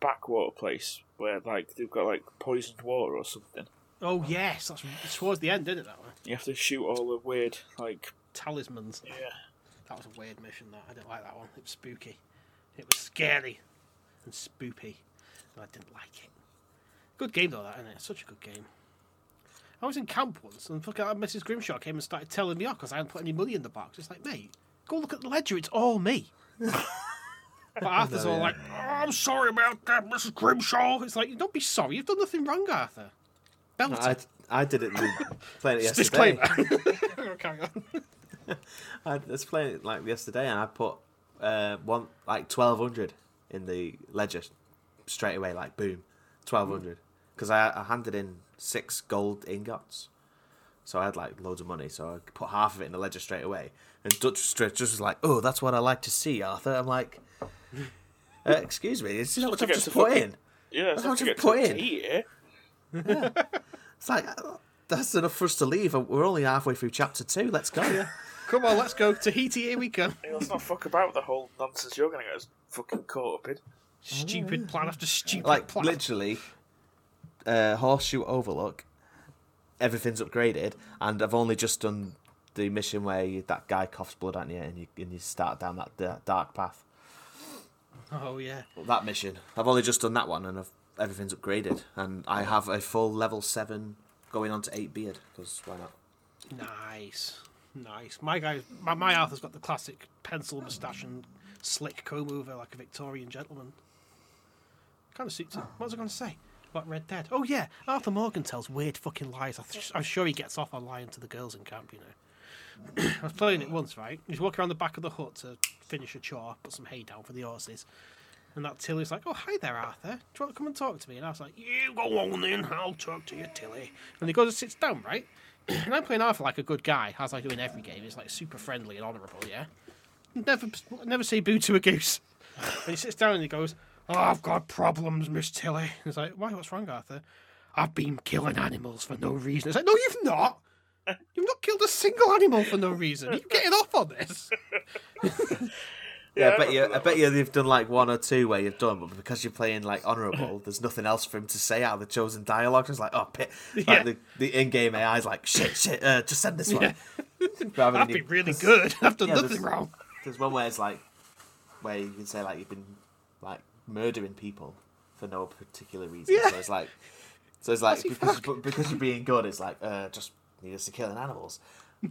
[SPEAKER 4] backwater place where like they've got like poisoned water or something?
[SPEAKER 2] Oh yes, that's it's towards the end, didn't it? That one.
[SPEAKER 4] You have to shoot all the weird like
[SPEAKER 2] Talismans.
[SPEAKER 4] yeah.
[SPEAKER 2] That was a weird mission. That I didn't like that one. It was spooky. It was scary and spoopy, and I didn't like it. Good game though, that isn't it? Such a good game. I was in camp once, and fucking Mrs. Grimshaw came and started telling me off because I hadn't put any money in the box. It's like, mate, go look at the ledger. It's all me. but Arthur's all like, oh, "I'm sorry about that, Mrs. Grimshaw." It's like, don't be sorry. You've done nothing wrong, Arthur. Belt
[SPEAKER 3] I, I did it playing it yesterday.
[SPEAKER 2] Disclaimer. Oh, Carry on.
[SPEAKER 3] I was playing it like yesterday, and I put uh, one like twelve hundred in the ledger straight away, like boom, twelve hundred. Because I, I handed in six gold ingots, so I had like loads of money. So I put half of it in the ledger straight away, and Dutch was just was like, "Oh, that's what I like to see, Arthur." I'm like, uh, "Excuse me, it's not what
[SPEAKER 4] to
[SPEAKER 3] I've
[SPEAKER 4] get
[SPEAKER 3] just
[SPEAKER 4] to
[SPEAKER 3] put
[SPEAKER 4] fucking-
[SPEAKER 3] in."
[SPEAKER 4] Yeah,
[SPEAKER 3] That's
[SPEAKER 4] that's
[SPEAKER 3] how
[SPEAKER 4] what
[SPEAKER 3] you
[SPEAKER 4] you get
[SPEAKER 3] put
[SPEAKER 4] to,
[SPEAKER 3] in.
[SPEAKER 4] to eat it.
[SPEAKER 3] It's like "Uh, that's enough for us to leave. We're only halfway through chapter two. Let's go.
[SPEAKER 2] Come on, let's go. Tahiti, here we come.
[SPEAKER 4] Yeah, let's not fuck about the whole nonsense you're gonna get us fucking caught up in.
[SPEAKER 2] Stupid plan after stupid
[SPEAKER 3] like
[SPEAKER 2] plan.
[SPEAKER 3] literally uh, horseshoe overlook everything's upgraded and i've only just done the mission where you, that guy coughs blood at you and you and you start down that da- dark path
[SPEAKER 2] oh yeah.
[SPEAKER 3] that mission i've only just done that one and I've, everything's upgraded and i have a full level 7 going on to 8 beard because why not
[SPEAKER 2] Nice, nice. My guy, my, my Arthur's got the classic pencil moustache and slick comb over like a Victorian gentleman. Kind of suits him. What was I going to say? About Red Dead? Oh yeah, Arthur Morgan tells weird fucking lies. I th- I'm sure he gets off on lying to the girls in camp. You know, I was playing it once, right? He's walking around the back of the hut to finish a chore, put some hay down for the horses. And that Tilly's like, oh, hi there, Arthur. Do you want to come and talk to me? And I was like, you go on in, I'll talk to you, Tilly. And he goes and sits down, right? and I'm playing Arthur like a good guy, as I do in every game. He's like super friendly and honourable, yeah? Never never say boo to a goose. and he sits down and he goes, oh, I've got problems, Miss Tilly. And it's like, why, what's wrong, Arthur? I've been killing animals for no reason. It's like, no, you've not. You've not killed a single animal for no reason. You're getting off on this.
[SPEAKER 3] yeah, i bet you i bet you they've done like one or two where you've done but because you're playing like honorable there's nothing else for him to say out of the chosen dialogue it's like oh pit
[SPEAKER 2] Yeah.
[SPEAKER 3] like the, the in-game ai is like shit shit uh, just send this one
[SPEAKER 2] Yeah.
[SPEAKER 3] Rather than
[SPEAKER 2] I've
[SPEAKER 3] you-
[SPEAKER 2] been really good. I've done
[SPEAKER 3] Yeah,
[SPEAKER 2] nothing
[SPEAKER 3] there's-
[SPEAKER 2] wrong.
[SPEAKER 3] There's one where it's like, where you can say like you've been like murdering people for no particular reason.
[SPEAKER 2] Yeah.
[SPEAKER 3] So it's like, so it's like because but because you're being good, it's like uh, just need us to killing animals.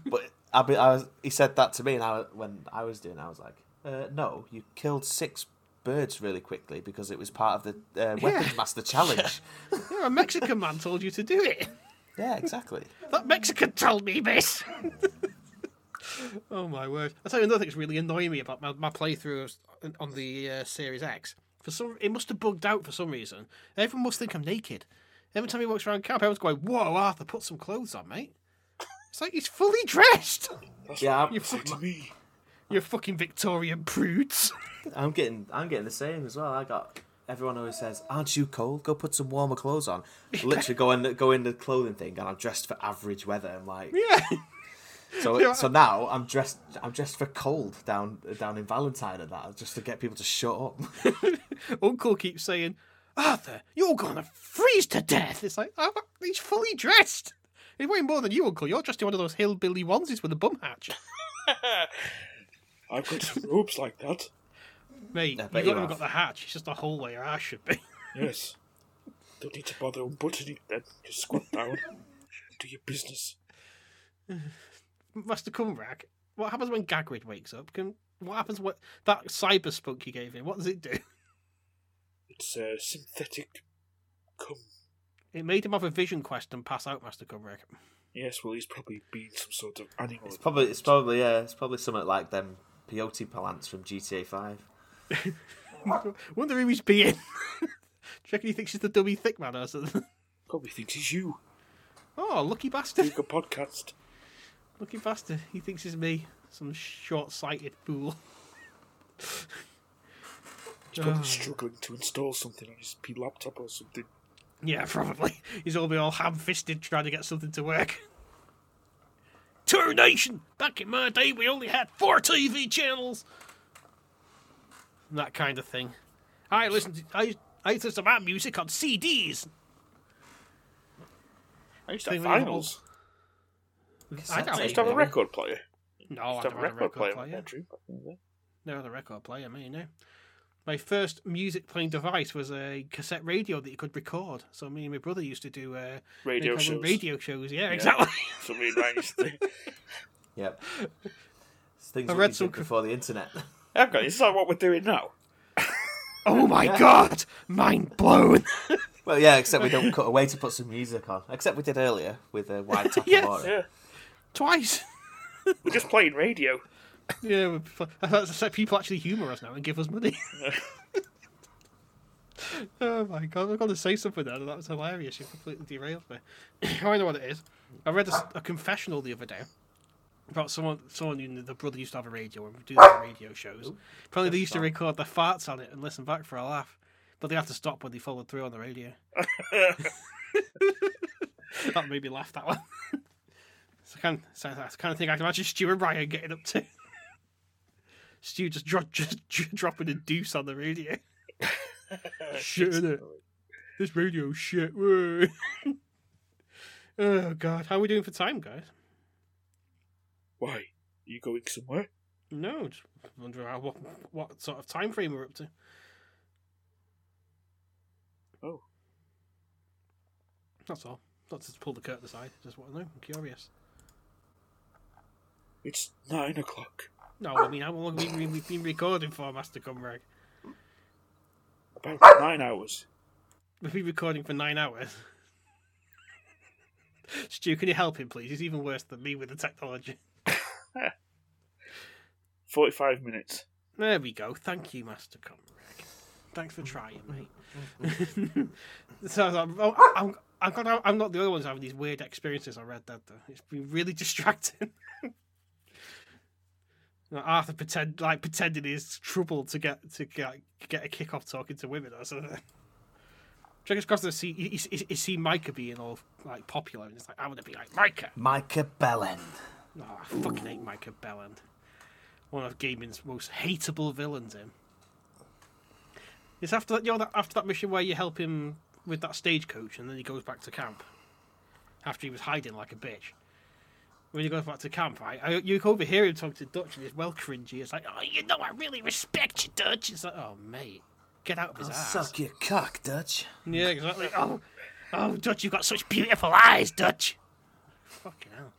[SPEAKER 3] But I, be, I was he said that to me, and I when I was doing, it, I was like, uh, no, you killed six birds really quickly because it was part of the uh, weapons master challenge.
[SPEAKER 2] Yeah, a Mexican man told you to do it.
[SPEAKER 3] yeah, exactly.
[SPEAKER 2] That Mexican told me this. oh my word! I tell you another thing that's really annoying me about my, my playthrough of- on the uh, Series X. For some, it must have bugged out for some reason. Everyone must think I'm naked. Every time he walks around camp, everyone's going, "Whoa, Arthur, put some clothes on, mate." It's like he's fully dressed.
[SPEAKER 3] Yeah, I'm,
[SPEAKER 2] You fucking,
[SPEAKER 7] Me.
[SPEAKER 2] you fucking Victorian prudes.
[SPEAKER 3] I'm getting I'm getting the same as well. I got everyone always says, "Aren't you cold? Go put some warmer clothes on." Literally go in go in the clothing thing, and I'm dressed for average weather. I'm like,
[SPEAKER 2] Yeah.
[SPEAKER 3] so
[SPEAKER 2] yeah.
[SPEAKER 3] so now I'm dressed I'm dressed for cold down down in Valentine and that just to get people to shut up.
[SPEAKER 2] Uncle keeps saying, Arthur, you're gonna freeze to death. It's like, oh, he's fully dressed. He's way more than you, Uncle. You're dressed in one of those hillbilly onesies with a bum hatch.
[SPEAKER 7] I've got some robes like that.
[SPEAKER 2] Mate,
[SPEAKER 3] I bet
[SPEAKER 2] you've
[SPEAKER 3] you
[SPEAKER 2] not even
[SPEAKER 3] have.
[SPEAKER 2] got the hatch. It's just a hole where your ass should be.
[SPEAKER 7] Yes. Don't need to bother unbuttoning them. Just squat down. Do your business.
[SPEAKER 2] Master Cumrack, what happens when Gagrid wakes up? Can What happens what that cyber spunk you gave him? What does it do?
[SPEAKER 7] It's uh, synthetic cum.
[SPEAKER 2] It made him have a vision quest and pass out, Master Cumrack.
[SPEAKER 7] Yes, well, he's probably been some sort of animal.
[SPEAKER 3] It's probably it's probably yeah it's probably something like them peyote plants from GTA Five.
[SPEAKER 2] Wonder who he's being. Do you reckon he thinks he's the dummy thick man or something?
[SPEAKER 7] Probably thinks he's you.
[SPEAKER 2] Oh, lucky bastard.
[SPEAKER 7] Doing a podcast.
[SPEAKER 2] Looking faster. He thinks it's me. Some short sighted fool.
[SPEAKER 7] He's probably struggling to install something on his P laptop or something.
[SPEAKER 2] Yeah, probably. He's all be all ham fisted trying to get something to work. Tour Nation! Back in my day, we only had four TV channels! That kind of thing. I listened to, I, I used to listen to my music on CDs.
[SPEAKER 4] I used to have
[SPEAKER 2] Think we
[SPEAKER 4] vinyls.
[SPEAKER 2] I
[SPEAKER 4] I
[SPEAKER 2] don't
[SPEAKER 4] used to have a
[SPEAKER 2] know.
[SPEAKER 4] record player.
[SPEAKER 2] No,
[SPEAKER 4] I
[SPEAKER 2] I don't
[SPEAKER 4] used to
[SPEAKER 2] have
[SPEAKER 4] have a
[SPEAKER 2] a
[SPEAKER 4] record player in my
[SPEAKER 2] player.
[SPEAKER 4] bedroom. back in the day.
[SPEAKER 2] No other record player, me, no. My first music playing device was a cassette radio that you could record. So me and my brother used to do uh, they call
[SPEAKER 4] Radio
[SPEAKER 2] them
[SPEAKER 4] shows.
[SPEAKER 2] Radio shows, yeah, exactly.
[SPEAKER 4] So me and Ryan used to.
[SPEAKER 3] Yep. It's things
[SPEAKER 2] I
[SPEAKER 3] I
[SPEAKER 2] read
[SPEAKER 3] read
[SPEAKER 2] some cr-
[SPEAKER 3] before the internet.
[SPEAKER 4] Hang on, is that what we're doing now?
[SPEAKER 2] oh my god, mind blown.
[SPEAKER 3] well, yeah, except we don't cut away to put some music on. Except we did earlier with uh, Wide Takamura.
[SPEAKER 2] Yes.
[SPEAKER 4] Yeah.
[SPEAKER 2] Twice.
[SPEAKER 4] We're just playing radio.
[SPEAKER 2] Yeah, we- that's that's- people actually humour us now and give us money. oh my god, I was going to say something there, and that was hilarious. You completely derailed me. I know what it is. I read a, s- a confessional the other day about someone someone who knew the brother used to have a radio and would do their radio shows. Apparently, they used to record their farts on it and listen back for a laugh, but they had to stop when they followed through on the radio. that made me laugh. That one. It's the kind, it's the kind of thing I can imagine Stu and Ryan getting up to. Stu just, dro- just dro- dropping a deuce on the radio. shit in it. This radio shit. woo." oh god, how are we doing for time, guys?
[SPEAKER 7] Why? Are you going somewhere?
[SPEAKER 2] No, just wondering how, what what sort of time frame we're up to.
[SPEAKER 7] Oh.
[SPEAKER 2] that's all. Not to pull the curtain aside. Just want to know. I'm curious.
[SPEAKER 7] It's nine o'clock.
[SPEAKER 2] No, I mean how long have we, we, we've been recording for, Master Comrade?
[SPEAKER 7] About nine hours.
[SPEAKER 2] We've been recording for nine hours. Stu, can you help him, please? He's even worse than me with the technology.
[SPEAKER 7] Forty-five minutes.
[SPEAKER 2] There we go. Thank you, Master Comrade. Thanks for trying, mate. so, I'm, oh, I'm, I'm, gonna, I'm not the only ones having these weird experiences on Red Dead, though. It's been really distracting. Like, Arthur pretend like pretending he's troubled to get to get, get a kick off talking to women. That's a Check across the sea. You, you, you see Micah being all like popular, and it's like I want to be like Micah.
[SPEAKER 3] Micah Bellend.
[SPEAKER 2] Oh, I fucking hate Micah Belland. One of gaming's most hateable villains. Him. It's after that, you know, that after that mission where you help him with that stagecoach, and then he goes back to camp. After he was hiding like a bitch. When he goes back to camp, right? I, you can overhear him talking to Dutch, and it's well cringy. It's like, oh, you know, I really respect you, Dutch. It's like, oh, mate, get out of his ass.
[SPEAKER 3] Oh, Suck your cock, Dutch.
[SPEAKER 2] Yeah, exactly. Oh, oh, Dutch, you've got such beautiful eyes, Dutch. Fucking hell.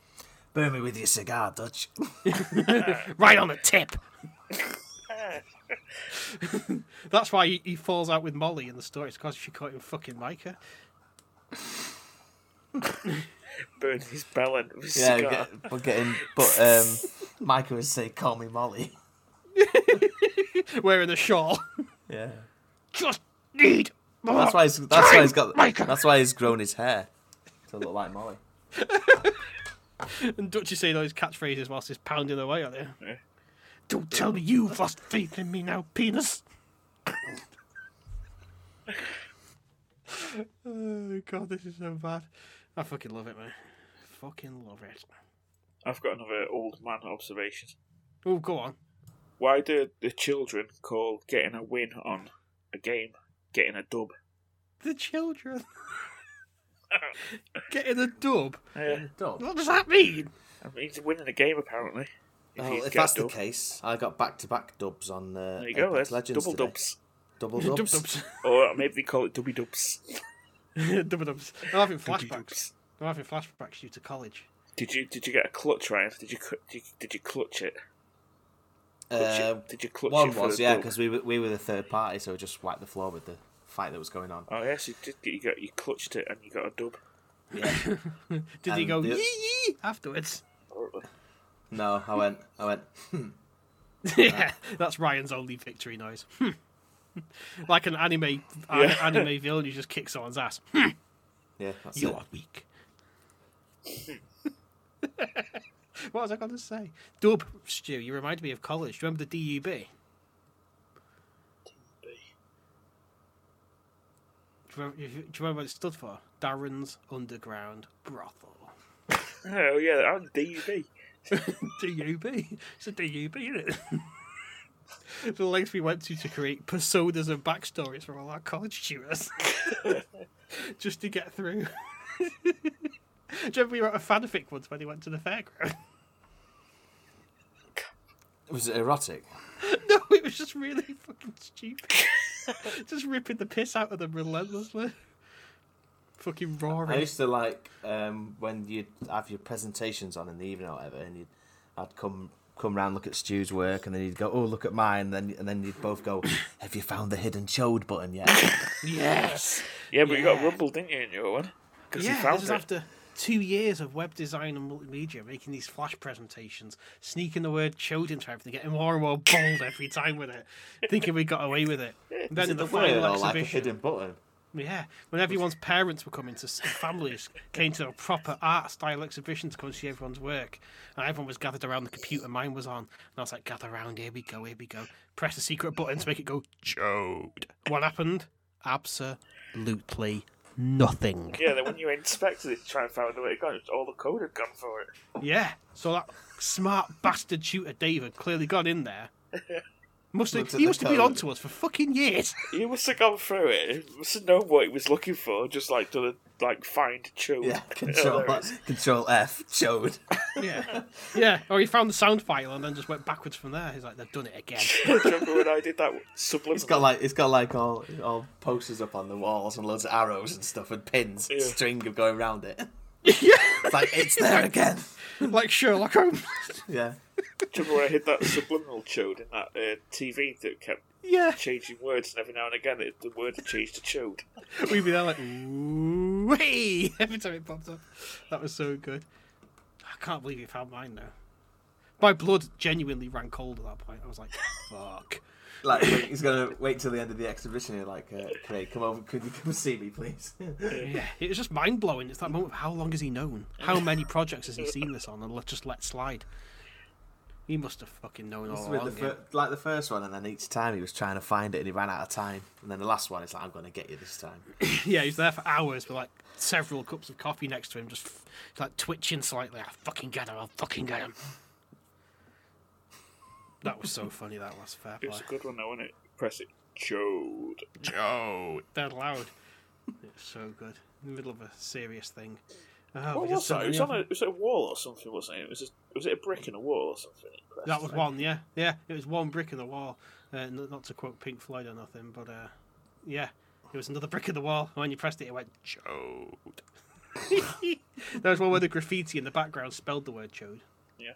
[SPEAKER 3] Burn me with your cigar, Dutch.
[SPEAKER 2] right on the tip. That's why he, he falls out with Molly in the story. It's because she caught him fucking Micah.
[SPEAKER 7] Burn his ballon with
[SPEAKER 3] Yeah,
[SPEAKER 7] cigar.
[SPEAKER 3] we're getting, we're getting but um, Micah would say, "Call me Molly."
[SPEAKER 2] Wearing a shawl.
[SPEAKER 3] Yeah,
[SPEAKER 2] Just need more.
[SPEAKER 3] that's why he's that's why he's got that's why he's grown his hair to look like Molly.
[SPEAKER 2] And Dutch is saying those catchphrases whilst he's pounding away at it.
[SPEAKER 7] Yeah.
[SPEAKER 2] Don't tell me you've lost faith in me now, penis. oh god, this is so bad. I fucking love it, man. Fucking love it.
[SPEAKER 7] I've got another old man observation.
[SPEAKER 2] Oh, go on.
[SPEAKER 7] Why do the children call getting a win on a game getting a dub?
[SPEAKER 2] The children. Getting a dub.
[SPEAKER 7] Yeah,
[SPEAKER 3] Don't.
[SPEAKER 2] What does that mean?
[SPEAKER 7] I mean, he's winning the game apparently.
[SPEAKER 3] Oh,
[SPEAKER 7] you
[SPEAKER 3] if
[SPEAKER 7] get
[SPEAKER 3] that's
[SPEAKER 7] a
[SPEAKER 3] the
[SPEAKER 7] dub.
[SPEAKER 3] case, I got back-to-back dubs on uh,
[SPEAKER 7] there you go.
[SPEAKER 3] Apex
[SPEAKER 7] That's
[SPEAKER 3] Legends
[SPEAKER 7] double
[SPEAKER 3] today.
[SPEAKER 7] dubs,
[SPEAKER 3] Double
[SPEAKER 2] Dub
[SPEAKER 3] dubs.
[SPEAKER 2] dubs.
[SPEAKER 7] or maybe they call it dubby dubs.
[SPEAKER 2] Dub dubs. I'm having
[SPEAKER 7] Dubby
[SPEAKER 2] flashbacks.
[SPEAKER 7] dubs.
[SPEAKER 2] I'm having flashbacks due to college.
[SPEAKER 7] Did you did you get a clutch, Ryan? Did you cl- did you, did you clutch it? Clutch
[SPEAKER 3] Uh,
[SPEAKER 7] it? Did you clutch
[SPEAKER 3] one
[SPEAKER 7] it? for
[SPEAKER 3] was
[SPEAKER 7] the
[SPEAKER 3] yeah,
[SPEAKER 7] dub?
[SPEAKER 3] because we were, we were the third party, so we just wiped the floor with the fight that was going
[SPEAKER 4] Uh.
[SPEAKER 3] on.
[SPEAKER 7] Oh yes, you did. Get, you got you clutched it and you got a dub.
[SPEAKER 2] Did he
[SPEAKER 3] And
[SPEAKER 2] go
[SPEAKER 3] the-
[SPEAKER 2] yee yee afterwards?
[SPEAKER 7] Oh,
[SPEAKER 3] No, I went, I went.
[SPEAKER 2] yeah, that's Ryan's only victory noise. Hmm. like an anime an anime villain who just kicks someone's ass. Hmm,
[SPEAKER 3] Yeah, that's
[SPEAKER 2] you
[SPEAKER 3] it.
[SPEAKER 2] are weak. what was I going to say? Dub, Stu, you remind me of college. Do you remember the DUB? Do you remember, do you remember what it stood for? Darren's Underground Brothel.
[SPEAKER 7] Oh yeah, I'm DUB.
[SPEAKER 2] DUB. It's a DUB, isn't it? the lengths we went to to create personas and backstories for all our college tutors just to get through. Do you remember we wrote a fanfic once when he went to the fairground?
[SPEAKER 3] Was it erotic?
[SPEAKER 2] no, it was just really fucking stupid. just ripping the piss out of them relentlessly. Fucking
[SPEAKER 3] I
[SPEAKER 2] roaring.
[SPEAKER 3] used to like um, when you'd have your presentations on in the evening or whatever, and you'd, I'd come come round, look at Stu's work, and then you'd go, "Oh, look at mine," and then and then you'd both go, "Have you found the hidden chode button yet?"
[SPEAKER 2] Yes!
[SPEAKER 7] Yeah, but you got
[SPEAKER 2] Yeah.
[SPEAKER 7] rumbled, didn't you, in your one? Because
[SPEAKER 2] Yeah,
[SPEAKER 7] you found
[SPEAKER 2] this is
[SPEAKER 7] it.
[SPEAKER 2] after two years of web design and multimedia, making these flash presentations, sneaking the word chode into everything, getting more and more bold every time with it, thinking we got away with it. And then in the, final
[SPEAKER 3] or like a
[SPEAKER 2] exhibition,
[SPEAKER 3] hidden button.
[SPEAKER 2] yeah, when everyone's parents were coming to s- and families came to a proper art style exhibition to come and see everyone's work, and everyone was gathered around the computer mine was on, and I was like, gather around, here we go, here we go. Press the secret button to make it go chode. What happened? Absolutely nothing.
[SPEAKER 7] Yeah, then when you inspected it to try and find the way it gone, it was all the code had gone for it.
[SPEAKER 2] Yeah. So that smart bastard shooter Dave had clearly gone in there Must have,
[SPEAKER 3] Looked at
[SPEAKER 2] he
[SPEAKER 3] the
[SPEAKER 2] must have been
[SPEAKER 3] code.
[SPEAKER 2] onto us for fucking years.
[SPEAKER 4] He must have gone through it. He must have known what he was looking for. Just like done a like find choose.
[SPEAKER 3] Yeah, control control F showed.
[SPEAKER 2] Yeah. yeah, or he found the sound file and then just went backwards from there. He's like, they've done it again.
[SPEAKER 4] Remember when I did that
[SPEAKER 3] It's got
[SPEAKER 4] subliminal?
[SPEAKER 3] like it's got like all all posters up on the walls and loads of arrows and stuff and pins,
[SPEAKER 4] Yeah.
[SPEAKER 3] string of going around it. It's like it's there again.
[SPEAKER 2] like Sherlock Holmes.
[SPEAKER 3] Yeah.
[SPEAKER 4] Remember when I hid that subliminal chode in that uh, TV that kept
[SPEAKER 2] yeah.
[SPEAKER 4] changing words, and every now and again it, the word had changed to chode.
[SPEAKER 2] We'd be there like, ooh, hey, every time it popped up. That was so good. I can't believe you found mine now. My blood genuinely ran cold at that point. I was like, fuck.
[SPEAKER 3] Like wait, he's gonna wait till the end of the exhibition. You're like, uh, Craig, come over. Could you come and see me, please?
[SPEAKER 2] Yeah, it was just mind blowing. It's that moment of how long has he known? How many projects has he seen this on and let, just let slide? He must have fucking known all
[SPEAKER 3] It's with
[SPEAKER 2] along.
[SPEAKER 3] the
[SPEAKER 2] Oh, yeah.
[SPEAKER 3] fir- like the first one, and then each time he was trying to find it and he ran out of time. And then the last one, it's like, I'm gonna get you this time.
[SPEAKER 2] Yeah, he's there for hours with like several cups of coffee next to him, just f- like twitching slightly. I fucking get him. I'll fucking get him. That was so funny. That last fair
[SPEAKER 4] It
[SPEAKER 2] play.
[SPEAKER 4] was a good one though, wasn't it? Press it, chode.
[SPEAKER 2] Dead loud. It's so good. In the middle of a serious thing. Oh, we
[SPEAKER 4] What
[SPEAKER 2] did
[SPEAKER 4] was
[SPEAKER 2] so
[SPEAKER 4] that? It
[SPEAKER 2] many
[SPEAKER 4] was, on
[SPEAKER 2] of
[SPEAKER 4] a,
[SPEAKER 2] them.
[SPEAKER 4] it was a wall or something, wasn't it? It was a, was it a brick in a wall or something? he pressed?
[SPEAKER 2] That was one. Yeah, yeah. It was one brick in the wall. Uh, n- not to quote Pink Floyd or nothing, but uh, yeah, it was another brick in the wall. And when you pressed it, it went chode. there was one where the graffiti in the background spelled the word chode.
[SPEAKER 4] Yeah.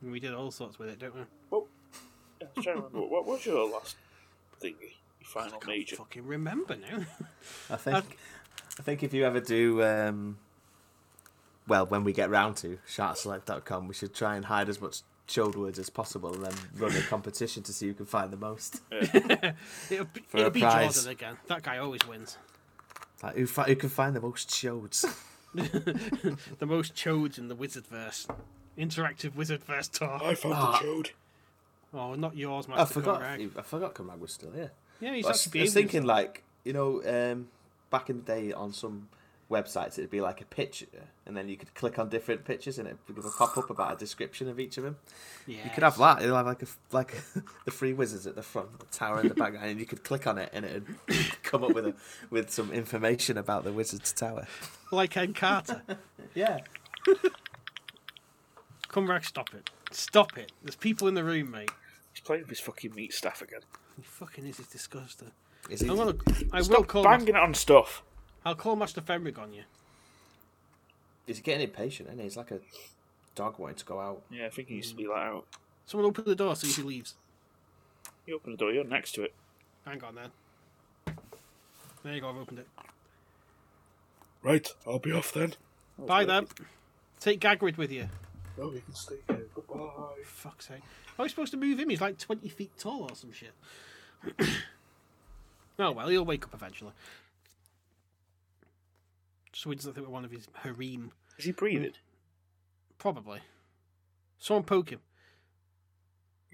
[SPEAKER 2] And we did all sorts with it, don't we?
[SPEAKER 4] I was trying to remember what was your last thingy, your final major.
[SPEAKER 2] Fucking remember now.
[SPEAKER 3] I think I think if you ever do, um, well, when we get round to sharkselect.com, we should try and hide as much chilled words as possible and then run a competition to see who can find the most.
[SPEAKER 2] It'll be,
[SPEAKER 3] a
[SPEAKER 2] it'll be
[SPEAKER 3] prize.
[SPEAKER 2] Jordan again. That guy always wins.
[SPEAKER 3] Like who, fi- who can find the most chodes?
[SPEAKER 2] The most chodes in the Wizardverse. Interactive Wizardverse talk.
[SPEAKER 7] I found the chode.
[SPEAKER 2] Oh, not yours, Master
[SPEAKER 3] Ah, I forgot.
[SPEAKER 2] Conrad.
[SPEAKER 3] I forgot Conrad was still here.
[SPEAKER 2] Yeah, he's
[SPEAKER 3] I was,
[SPEAKER 2] actually
[SPEAKER 3] I was
[SPEAKER 2] thinking.
[SPEAKER 3] thinking like you know, um, back in the day on some websites it'd be like a picture, and then you could click on different pictures and it would pop up about a description of each of them.
[SPEAKER 2] Yeah.
[SPEAKER 3] You could have that. It'll have like a like the three wizards at the front, the tower in the background, and you could click on it and it'd come up with a, with some information about the wizard's tower.
[SPEAKER 2] like Ed Carter.
[SPEAKER 3] Yeah,
[SPEAKER 2] Conrad, stop it. Stop it. There's people in the room, mate.
[SPEAKER 4] He's playing with his fucking meat staff again.
[SPEAKER 2] He fucking is. It's disgusting.
[SPEAKER 3] is he?
[SPEAKER 2] I'm gonna, I will
[SPEAKER 4] Stop
[SPEAKER 2] call. Mas-
[SPEAKER 4] banging it on stuff.
[SPEAKER 2] I'll call Master Fenrig on you.
[SPEAKER 3] He's getting impatient, and he's like a dog wanting to go out.
[SPEAKER 4] Yeah, I think he used
[SPEAKER 2] Mm.
[SPEAKER 4] to be like, out.
[SPEAKER 2] Someone open the door so he leaves.
[SPEAKER 4] You open the door, you're next to it.
[SPEAKER 2] Hang on, then. There you go. I've opened it.
[SPEAKER 7] Right, I'll be off then.
[SPEAKER 2] Bye, then. Take Gagrid with you.
[SPEAKER 7] No, you Oh, can stay here. Goodbye.
[SPEAKER 2] Fuck's sake. How are we supposed to move him? He's like 20 feet tall or some shit. oh, well, he'll wake up eventually. So he doesn't think we're one of his harem.
[SPEAKER 4] Is he breathing?
[SPEAKER 2] Probably. Someone poke him.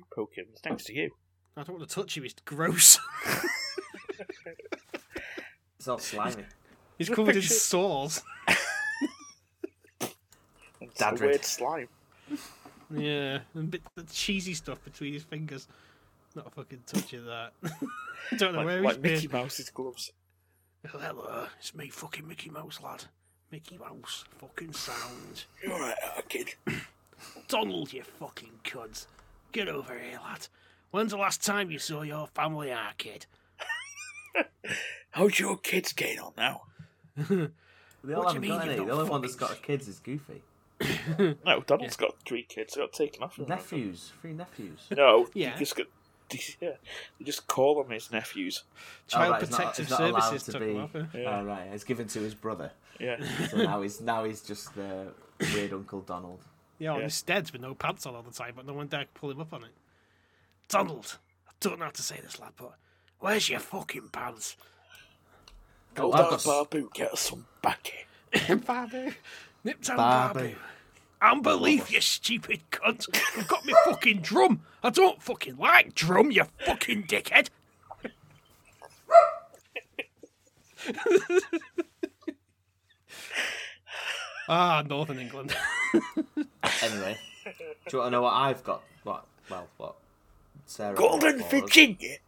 [SPEAKER 2] Mm.
[SPEAKER 4] Poke him. He's next to you.
[SPEAKER 2] I don't want to touch him, he's gross.
[SPEAKER 3] It's all slimy.
[SPEAKER 2] he's covered in
[SPEAKER 4] Picture-
[SPEAKER 2] sores.
[SPEAKER 4] And It's
[SPEAKER 3] Dadrid.
[SPEAKER 4] a weird slime.
[SPEAKER 2] Yeah, and bit the cheesy stuff between his fingers. Not fucking touching that. don't know
[SPEAKER 4] Like,
[SPEAKER 2] where
[SPEAKER 4] like
[SPEAKER 2] he's been.
[SPEAKER 4] Mickey Mouse's gloves.
[SPEAKER 2] Hello, it's me, fucking Mickey Mouse, lad. Mickey Mouse, fucking sound.
[SPEAKER 7] You're right, uh, kid.
[SPEAKER 2] Donald, you fucking cunt. Get over here, lad. When's the last time you saw your family arcade?
[SPEAKER 3] Oh,
[SPEAKER 7] How's your kids getting on now?
[SPEAKER 3] They all
[SPEAKER 2] What do
[SPEAKER 3] haven't
[SPEAKER 2] you mean
[SPEAKER 3] got any.
[SPEAKER 2] you've
[SPEAKER 3] The
[SPEAKER 2] got
[SPEAKER 3] only one that's
[SPEAKER 2] fucking-
[SPEAKER 3] got kids is Goofy.
[SPEAKER 4] No, Donald's got three kids. They got taken off him.
[SPEAKER 3] Nephews, three nephews.
[SPEAKER 4] No,
[SPEAKER 2] Yeah.
[SPEAKER 4] he just got. Yeah, they just call them his nephews.
[SPEAKER 2] Child
[SPEAKER 3] Oh, right, it's not-
[SPEAKER 2] Protective
[SPEAKER 3] it's not allowed
[SPEAKER 2] Services
[SPEAKER 3] to
[SPEAKER 2] took
[SPEAKER 3] be-
[SPEAKER 2] him off eh? him.
[SPEAKER 4] Yeah.
[SPEAKER 3] Oh, right, it's given to his brother.
[SPEAKER 4] Yeah,
[SPEAKER 3] So now he's now he's just the weird Uncle Donald.
[SPEAKER 2] Yeah, on
[SPEAKER 4] Yeah.
[SPEAKER 2] his steads with no pants on all the time, but no one dare pull him up on it. Donald, I don't know how to say this, lad, but where's your fucking pants?
[SPEAKER 7] Go
[SPEAKER 3] I've
[SPEAKER 7] down,
[SPEAKER 3] got s-
[SPEAKER 7] Babu, get us some backy.
[SPEAKER 2] Babu. Nip down
[SPEAKER 3] Babu.
[SPEAKER 2] Babu. Unbelief, you stupid cunt. You've got me fucking drum. I don't fucking like drum, you fucking dickhead. ah, Northern England.
[SPEAKER 3] Anyway, do you want to know what I've got? What? Well, what Sarah.
[SPEAKER 7] Golden
[SPEAKER 3] bought for us.
[SPEAKER 7] Virginia.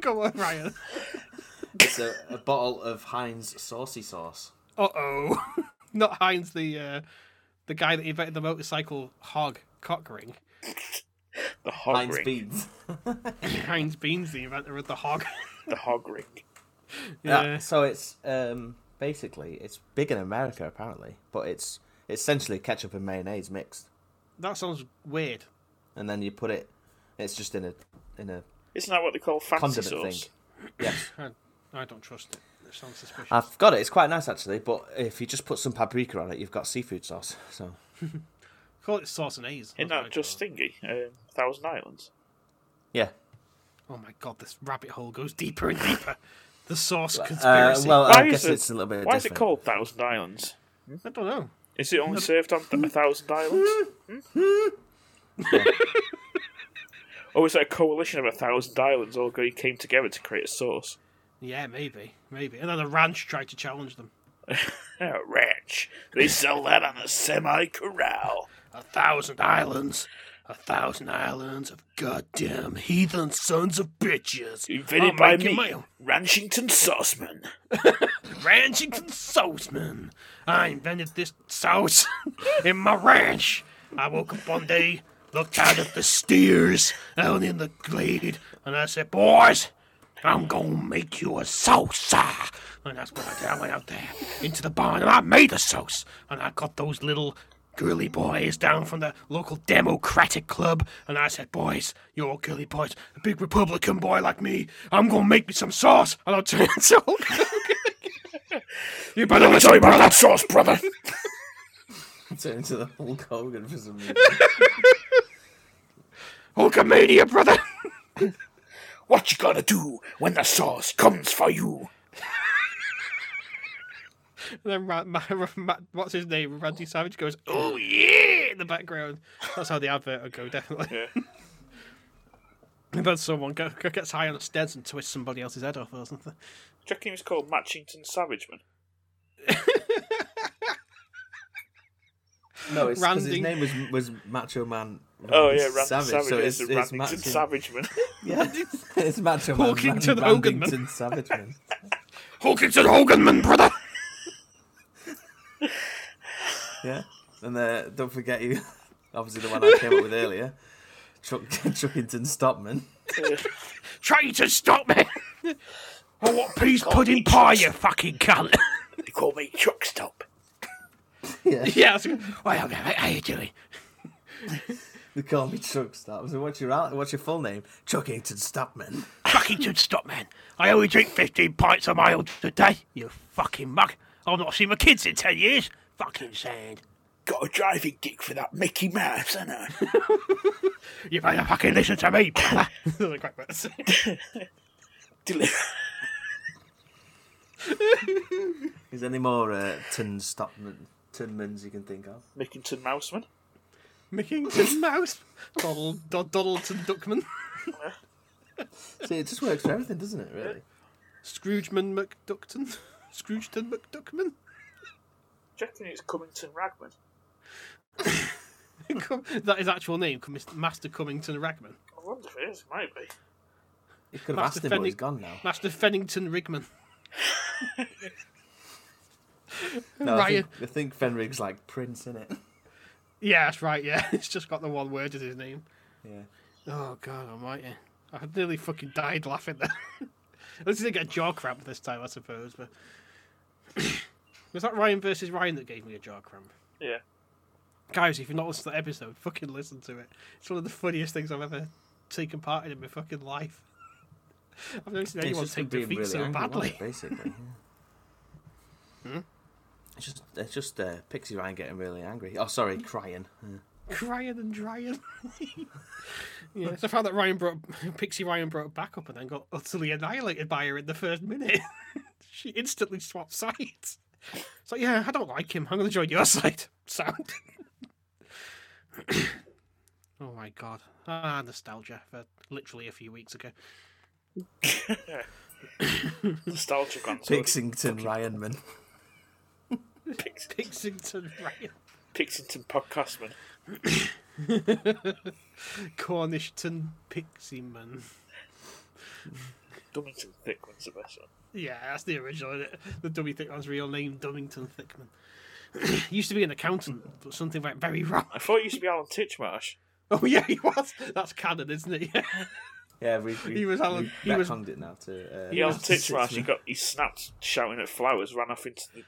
[SPEAKER 2] Come on, Ryan.
[SPEAKER 3] It's a, a bottle of Heinz saucy sauce.
[SPEAKER 2] Uh oh. Not Heinz, the uh, the guy that invented the motorcycle hog cock ring.
[SPEAKER 7] The hog
[SPEAKER 3] Heinz
[SPEAKER 7] ring.
[SPEAKER 3] beans. Uh,
[SPEAKER 2] Heinz Beans, the inventor of the hog.
[SPEAKER 7] The hog ring.
[SPEAKER 3] Yeah.
[SPEAKER 2] Yeah.
[SPEAKER 3] so it's um, basically it's big in America apparently, but it's essentially ketchup and mayonnaise mixed,
[SPEAKER 2] That sounds weird.
[SPEAKER 3] and then you put it. It's just in a in a
[SPEAKER 4] Isn't that what they call fancy
[SPEAKER 3] condiment
[SPEAKER 4] sauce?
[SPEAKER 3] thing. Yes,
[SPEAKER 2] I, I don't trust it. It sounds suspicious.
[SPEAKER 3] I've got it. It's quite nice actually, but if you just put some paprika on it, you've got seafood sauce. So
[SPEAKER 2] Call it sauce and A's.
[SPEAKER 4] Isn't that just thingy? Um, Thousand Islands.
[SPEAKER 3] yeah.
[SPEAKER 2] Oh my god, this rabbit hole goes deeper and deeper. The sauce
[SPEAKER 3] Uh,
[SPEAKER 2] conspiracy.
[SPEAKER 3] well,
[SPEAKER 4] Why
[SPEAKER 3] I
[SPEAKER 4] is
[SPEAKER 3] guess
[SPEAKER 4] it-
[SPEAKER 3] it's a little bit.
[SPEAKER 4] Why is
[SPEAKER 3] different.
[SPEAKER 4] it called Thousand Islands?
[SPEAKER 2] I don't know.
[SPEAKER 4] Is it only served on a Thousand Islands? or is it Oh, a coalition of a Thousand Islands all going came together to create a sauce?
[SPEAKER 2] Yeah, maybe, maybe. And then the ranch tried to challenge them.
[SPEAKER 4] Oh, ranch. They sell that on the semi corral.
[SPEAKER 2] A thousand islands, a thousand islands of goddamn heathen sons of bitches.
[SPEAKER 4] Invented
[SPEAKER 2] I'll
[SPEAKER 4] by
[SPEAKER 2] make you
[SPEAKER 4] me,
[SPEAKER 2] mine.
[SPEAKER 4] Ranchington Sauceman.
[SPEAKER 2] Ranchington Sauceman. I invented this sauce in my ranch. I woke up one day, looked out at the steers out in the glade, and I said, Boys, I'm gonna make you a sauce. And that's what I did. I went out there into the barn and I made a sauce. And I got those little girly boys down from the local Democratic club. And I said, Boys, you're all girly boys. A big Republican boy like me, I'm gonna make me some sauce. And I'll turn it so. You better listen, brother. That sauce, brother.
[SPEAKER 3] Turn into the Hulk Hogan for some reason.
[SPEAKER 2] Hulkamania, brother.
[SPEAKER 4] What you gonna do when the sauce comes for you?
[SPEAKER 2] then Ra- Ma- Ra- Ma- what's his name? Randy Savage goes, "Oh yeah!" in the background. That's how the advert would go, definitely. But someone go- go- gets high on a steds and twists somebody else's head off or something.
[SPEAKER 4] Do you reckon he was called Matchington Savageman?
[SPEAKER 3] No, it's 'cause
[SPEAKER 2] Randy-
[SPEAKER 3] his name was was Macho Man.
[SPEAKER 4] Oh
[SPEAKER 3] Randy
[SPEAKER 4] yeah, Randy Savage,
[SPEAKER 3] So
[SPEAKER 4] is
[SPEAKER 3] it's,
[SPEAKER 4] the
[SPEAKER 3] it's
[SPEAKER 4] Randy
[SPEAKER 3] Macho.
[SPEAKER 4] Savageman.
[SPEAKER 3] Yeah, it's Macho Man.
[SPEAKER 2] Hulkington
[SPEAKER 3] Randy-
[SPEAKER 2] Hogan Man.
[SPEAKER 3] Randyngton Savage Man.
[SPEAKER 2] Hulkington Hoganman, brother.
[SPEAKER 3] Yeah, and uh, don't forget you. Obviously, the one I came up with earlier, Chuck Chuckington Stopman.
[SPEAKER 2] Try to stop me. I want peace pudding pie, you fucking cunt.
[SPEAKER 4] they call me Chuck Stop.
[SPEAKER 2] yeah. that's- Well, how how you doing?
[SPEAKER 3] They call me Chuck Stop. So what's your al- what's your full name? Chuckington Stopman.
[SPEAKER 2] Fucking good stop, man. I only drink 15 pints of my old today. You fucking mug. I've not seen my kids in 10 years. Fucking sand.
[SPEAKER 4] Got a driving gig for that Mickey Mouse, ain't I?
[SPEAKER 2] You better fucking listen to me, brother.
[SPEAKER 4] Deli-
[SPEAKER 3] Is there any more uh, Tin Stopman Tinmans you can think of?
[SPEAKER 4] Mickington Mouseman.
[SPEAKER 2] Mickington Mouse. Donald, Don, Donaldson Duckman.
[SPEAKER 3] See, it just works for everything, doesn't it? Really.
[SPEAKER 2] Scroogeman McDuckton. Scroogeton McDuckman.
[SPEAKER 4] Do you reckon it's Cummington Ragman?
[SPEAKER 2] Cum- that is actual name, Cum- Master Cummington Ragman.
[SPEAKER 4] I wonder if it is. Might be.
[SPEAKER 3] You could have
[SPEAKER 2] Master
[SPEAKER 3] asked him, but
[SPEAKER 2] Fenny-
[SPEAKER 3] he's gone now.
[SPEAKER 2] Master Fennington Rigman.
[SPEAKER 3] No, I
[SPEAKER 2] Ryan.
[SPEAKER 3] think, I think Fenrig's like Prince in it.
[SPEAKER 2] Yeah, that's right, yeah. It's just got the one word as his name.
[SPEAKER 3] Yeah.
[SPEAKER 2] Oh God Almighty! I nearly fucking died laughing there. At least I didn't get a jaw cramp this time, I suppose. But was that Ryan versus Ryan that gave me a jaw cramp?
[SPEAKER 4] Yeah.
[SPEAKER 2] Guys, if you've not listened to that episode, fucking listen to it. It's one of the funniest things I've ever taken part in in my fucking life. I've never seen
[SPEAKER 3] It's
[SPEAKER 2] anyone
[SPEAKER 3] just him
[SPEAKER 2] take defeat
[SPEAKER 3] being really
[SPEAKER 2] so
[SPEAKER 3] angry, wasn't
[SPEAKER 2] badly.
[SPEAKER 3] it, basically. yeah. It's just, it's just uh, Pixie Ryan getting really angry. Oh, sorry, crying. Yeah.
[SPEAKER 2] crying and drying. yeah, so I found that Ryan brought Pixie Ryan brought back up and then got utterly annihilated by her in the first minute. she instantly swapped sides. So yeah, I don't like him. I'm going to join your side. Sound. oh my god, ah, nostalgia for literally a few weeks ago.
[SPEAKER 4] Nostalgic on
[SPEAKER 3] Pixington Ryanman.
[SPEAKER 2] Pixington Ryan.
[SPEAKER 4] Pixington Podcastman.
[SPEAKER 2] Cornishton Pixie Man.
[SPEAKER 4] Dummington Thickman's the best one.
[SPEAKER 2] Yeah, that's the original. Isn't it? The dummy Thickman's real name, Dummington Thickman. he used to be an accountant, but something went very wrong.
[SPEAKER 4] I thought it used to be Alan Titchmarsh.
[SPEAKER 2] Oh yeah, he was. That's canon, isn't it? Yeah.
[SPEAKER 3] Yeah, we, we,
[SPEAKER 2] He was Alan-
[SPEAKER 3] we
[SPEAKER 2] he was-
[SPEAKER 3] retconned it now to. Uh,
[SPEAKER 4] Yeah, Alan
[SPEAKER 3] to six
[SPEAKER 4] Titchmarsh, he
[SPEAKER 3] men.
[SPEAKER 4] got he snapped shouting at flowers, ran off into the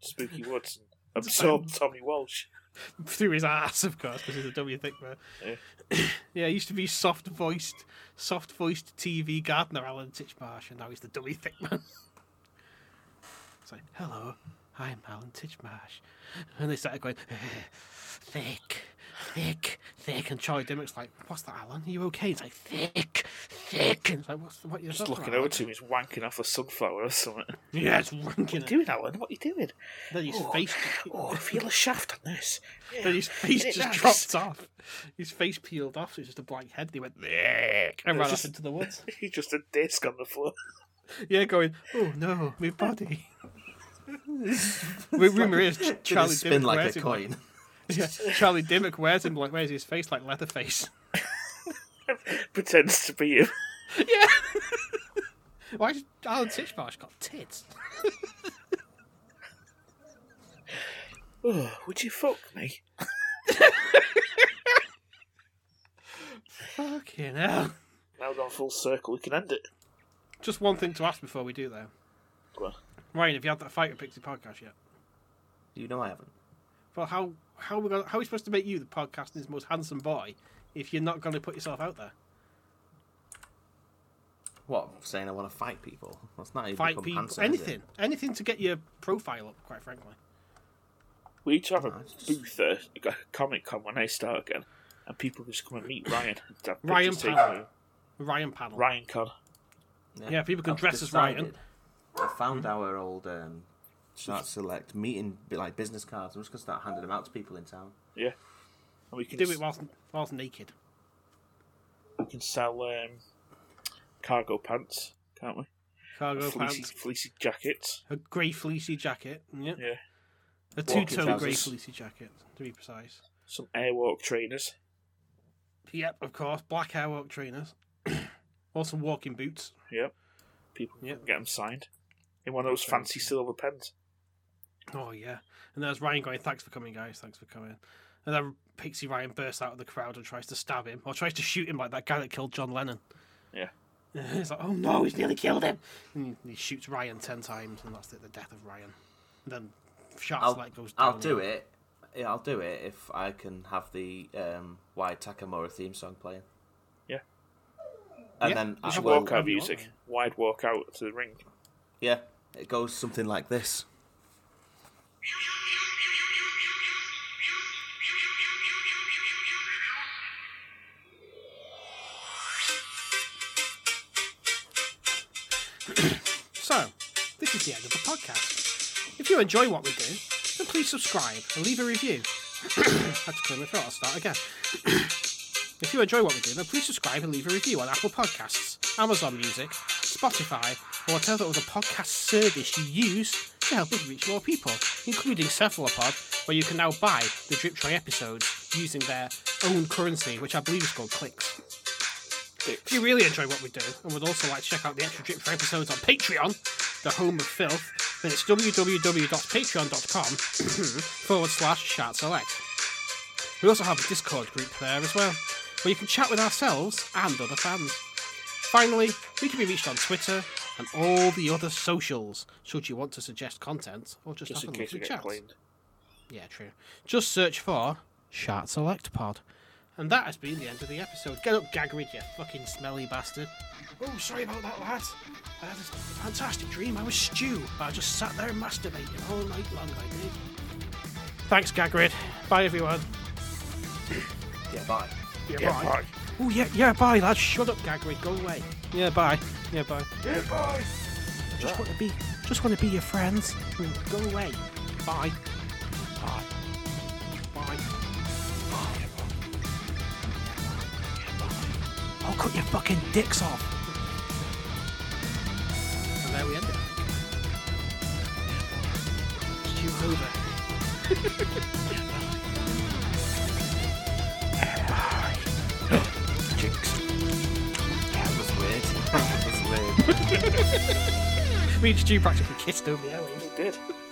[SPEAKER 4] spooky woods and absorbed Tommy Walsh.
[SPEAKER 2] Through his ass, of course, because he's a dummy Thickman. Yeah. he used to be soft voiced, soft voiced TV gardener Alan Titchmarsh, and now he's the dummy Thickman. it's like, hello, I'm Alan Titchmarsh, and they started going thick, thick, thick, and Charlie Dimmock's like, what's that, Alan? Are you okay? It's like thick, thick, and it's like, what's what you're
[SPEAKER 4] Just looking over to him, he's wanking off a sunflower or something. What
[SPEAKER 2] Yeah, it's ranking.
[SPEAKER 4] are
[SPEAKER 2] it.
[SPEAKER 4] you doing, Alan? What are you doing?
[SPEAKER 2] Then his face,
[SPEAKER 4] Oh, I feel a shaft on this.
[SPEAKER 2] then his face
[SPEAKER 4] Isn't it
[SPEAKER 2] just
[SPEAKER 4] nice?
[SPEAKER 2] dropped off. His face peeled off. So it's just a blank head. And he went "Thick," and ran off into the woods.
[SPEAKER 4] He's just a disc on the floor.
[SPEAKER 2] Yeah, going. Oh no, my body. Rumor is Ch-
[SPEAKER 3] Did it
[SPEAKER 2] Charlie
[SPEAKER 3] spin
[SPEAKER 2] Dimmock
[SPEAKER 3] like
[SPEAKER 2] wears
[SPEAKER 3] a
[SPEAKER 2] him
[SPEAKER 3] coin.
[SPEAKER 2] Yeah, Charlie Dimmock wears him like wears his face like Leatherface.
[SPEAKER 4] Pretends to be him.
[SPEAKER 2] yeah. Why has Alan Titchmarsh got tits?
[SPEAKER 4] Oh, would you fuck me?
[SPEAKER 2] Fucking hell.
[SPEAKER 4] Now we've gone full circle, we can end it.
[SPEAKER 2] Just one thing to ask before we do though.
[SPEAKER 4] Go on.
[SPEAKER 2] Ryan, have you had that fight with Pixie Podcast yet?
[SPEAKER 3] You know I haven't.
[SPEAKER 2] Well, how how we gonna, how are we supposed to make you the podcasting's most handsome boy if you're not going to put yourself out there?
[SPEAKER 3] What saying? I want to fight people. That's not even
[SPEAKER 2] Fight
[SPEAKER 3] become
[SPEAKER 2] people,
[SPEAKER 3] handsome, is it?
[SPEAKER 2] anything, anything to get your profile up. Quite frankly,
[SPEAKER 4] We need to have a
[SPEAKER 3] No, it's just-
[SPEAKER 4] booth there, a Comic Con when I start again, and people just come and meet Ryan. and have
[SPEAKER 2] Ryan
[SPEAKER 4] pictures taken
[SPEAKER 2] Powell.
[SPEAKER 4] of him.
[SPEAKER 2] Ryan panel.
[SPEAKER 4] Ryan Con.
[SPEAKER 2] Yeah, people can
[SPEAKER 3] I've
[SPEAKER 2] dress as Ryan.
[SPEAKER 3] decided- I found our old um, Start Select meeting bi- like business cards. I'm just gonna start handing them out to people in town.
[SPEAKER 4] Yeah. And we can,
[SPEAKER 2] Do
[SPEAKER 4] s-
[SPEAKER 2] it whilst whilst naked.
[SPEAKER 4] we can sell um, cargo pants, can't we?
[SPEAKER 2] Cargo
[SPEAKER 4] fleecy,
[SPEAKER 2] pants,
[SPEAKER 4] fleecy jackets.
[SPEAKER 2] a grey fleecy jacket. Yeah.
[SPEAKER 4] Yeah.
[SPEAKER 2] A two-tone
[SPEAKER 3] trousers.
[SPEAKER 2] grey fleecy jacket, to be precise.
[SPEAKER 4] Some airwalk trainers.
[SPEAKER 2] Yep, of course. Black airwalk trainers. also walking boots.
[SPEAKER 4] Yep. People
[SPEAKER 2] Yep.
[SPEAKER 4] get them signed in one of those fancy silver pens.
[SPEAKER 2] Oh yeah. And there's Ryan going, "Thanks for coming, guys. Thanks for coming." And then Pixie Ryan bursts out of the crowd and tries to stab him, or tries to shoot him like that guy that killed John Lennon.
[SPEAKER 4] Yeah.
[SPEAKER 2] He's like, "Oh no, he's nearly killed him!" And he shoots Ryan ten times, and that's the, the death of Ryan. And then
[SPEAKER 3] I'll,
[SPEAKER 2] Sharp's like goes down.
[SPEAKER 3] I'll do it. Yeah, I'll do it if I can have the um, Why Takamura theme song playing.
[SPEAKER 4] Yeah.
[SPEAKER 3] And
[SPEAKER 2] Yeah,
[SPEAKER 3] then I
[SPEAKER 4] Just
[SPEAKER 3] will-
[SPEAKER 4] walkout
[SPEAKER 2] you
[SPEAKER 4] music.
[SPEAKER 2] want,
[SPEAKER 4] Wide walk out to the ring.
[SPEAKER 3] Yeah, it goes something like this.
[SPEAKER 2] So, this is the end of the podcast. If you enjoy what we do, then please subscribe and leave a review. had to clear my throat. I'll start again. if you enjoy what we do, then please subscribe and leave a review on Apple Podcasts, Amazon Music, Spotify, or whatever other podcast service you use to help us reach more people, including Cephalopod, where you can now buy the Drip Tray episodes using their own currency, which I believe is called clicks. If you really enjoy what we do and would also like to check out the extra drip for episodes on Patreon, the home of filth, then it's www.patreon.com forward slash shout select. We also have a Discord group there as well, where you can chat with ourselves and other fans. Finally, we can be reached on Twitter and all the other socials, should you want to suggest content or just,
[SPEAKER 4] Just
[SPEAKER 2] have
[SPEAKER 4] in
[SPEAKER 2] a look
[SPEAKER 4] case we
[SPEAKER 2] at
[SPEAKER 4] get
[SPEAKER 2] chat.
[SPEAKER 4] claimed.
[SPEAKER 2] Yeah, true. Just search for Shart Select Pod. And that has been the end of the episode. Get up, Gagrid, you fucking smelly bastard. Oh, sorry about that, lad. I had a fantastic dream. I was Stew, but I just sat there masturbating all night long, I did. Thanks, Gagrid. Bye, everyone.
[SPEAKER 3] Yeah, bye.
[SPEAKER 2] Yeah,
[SPEAKER 4] Yeah,
[SPEAKER 2] bye.
[SPEAKER 4] right.
[SPEAKER 2] Oh, yeah, yeah, bye, lad. Shut up, Gagrid. Go away. Yeah, bye. Yeah, bye. Yeah, bye. Just want to be, just want to be your friends. Mm, Go away. Bye. Bye. Bye. I'll cut your fucking dicks off. And there we end it. Stew over. Me and Stu practically kissed over the airwaves.
[SPEAKER 4] It did.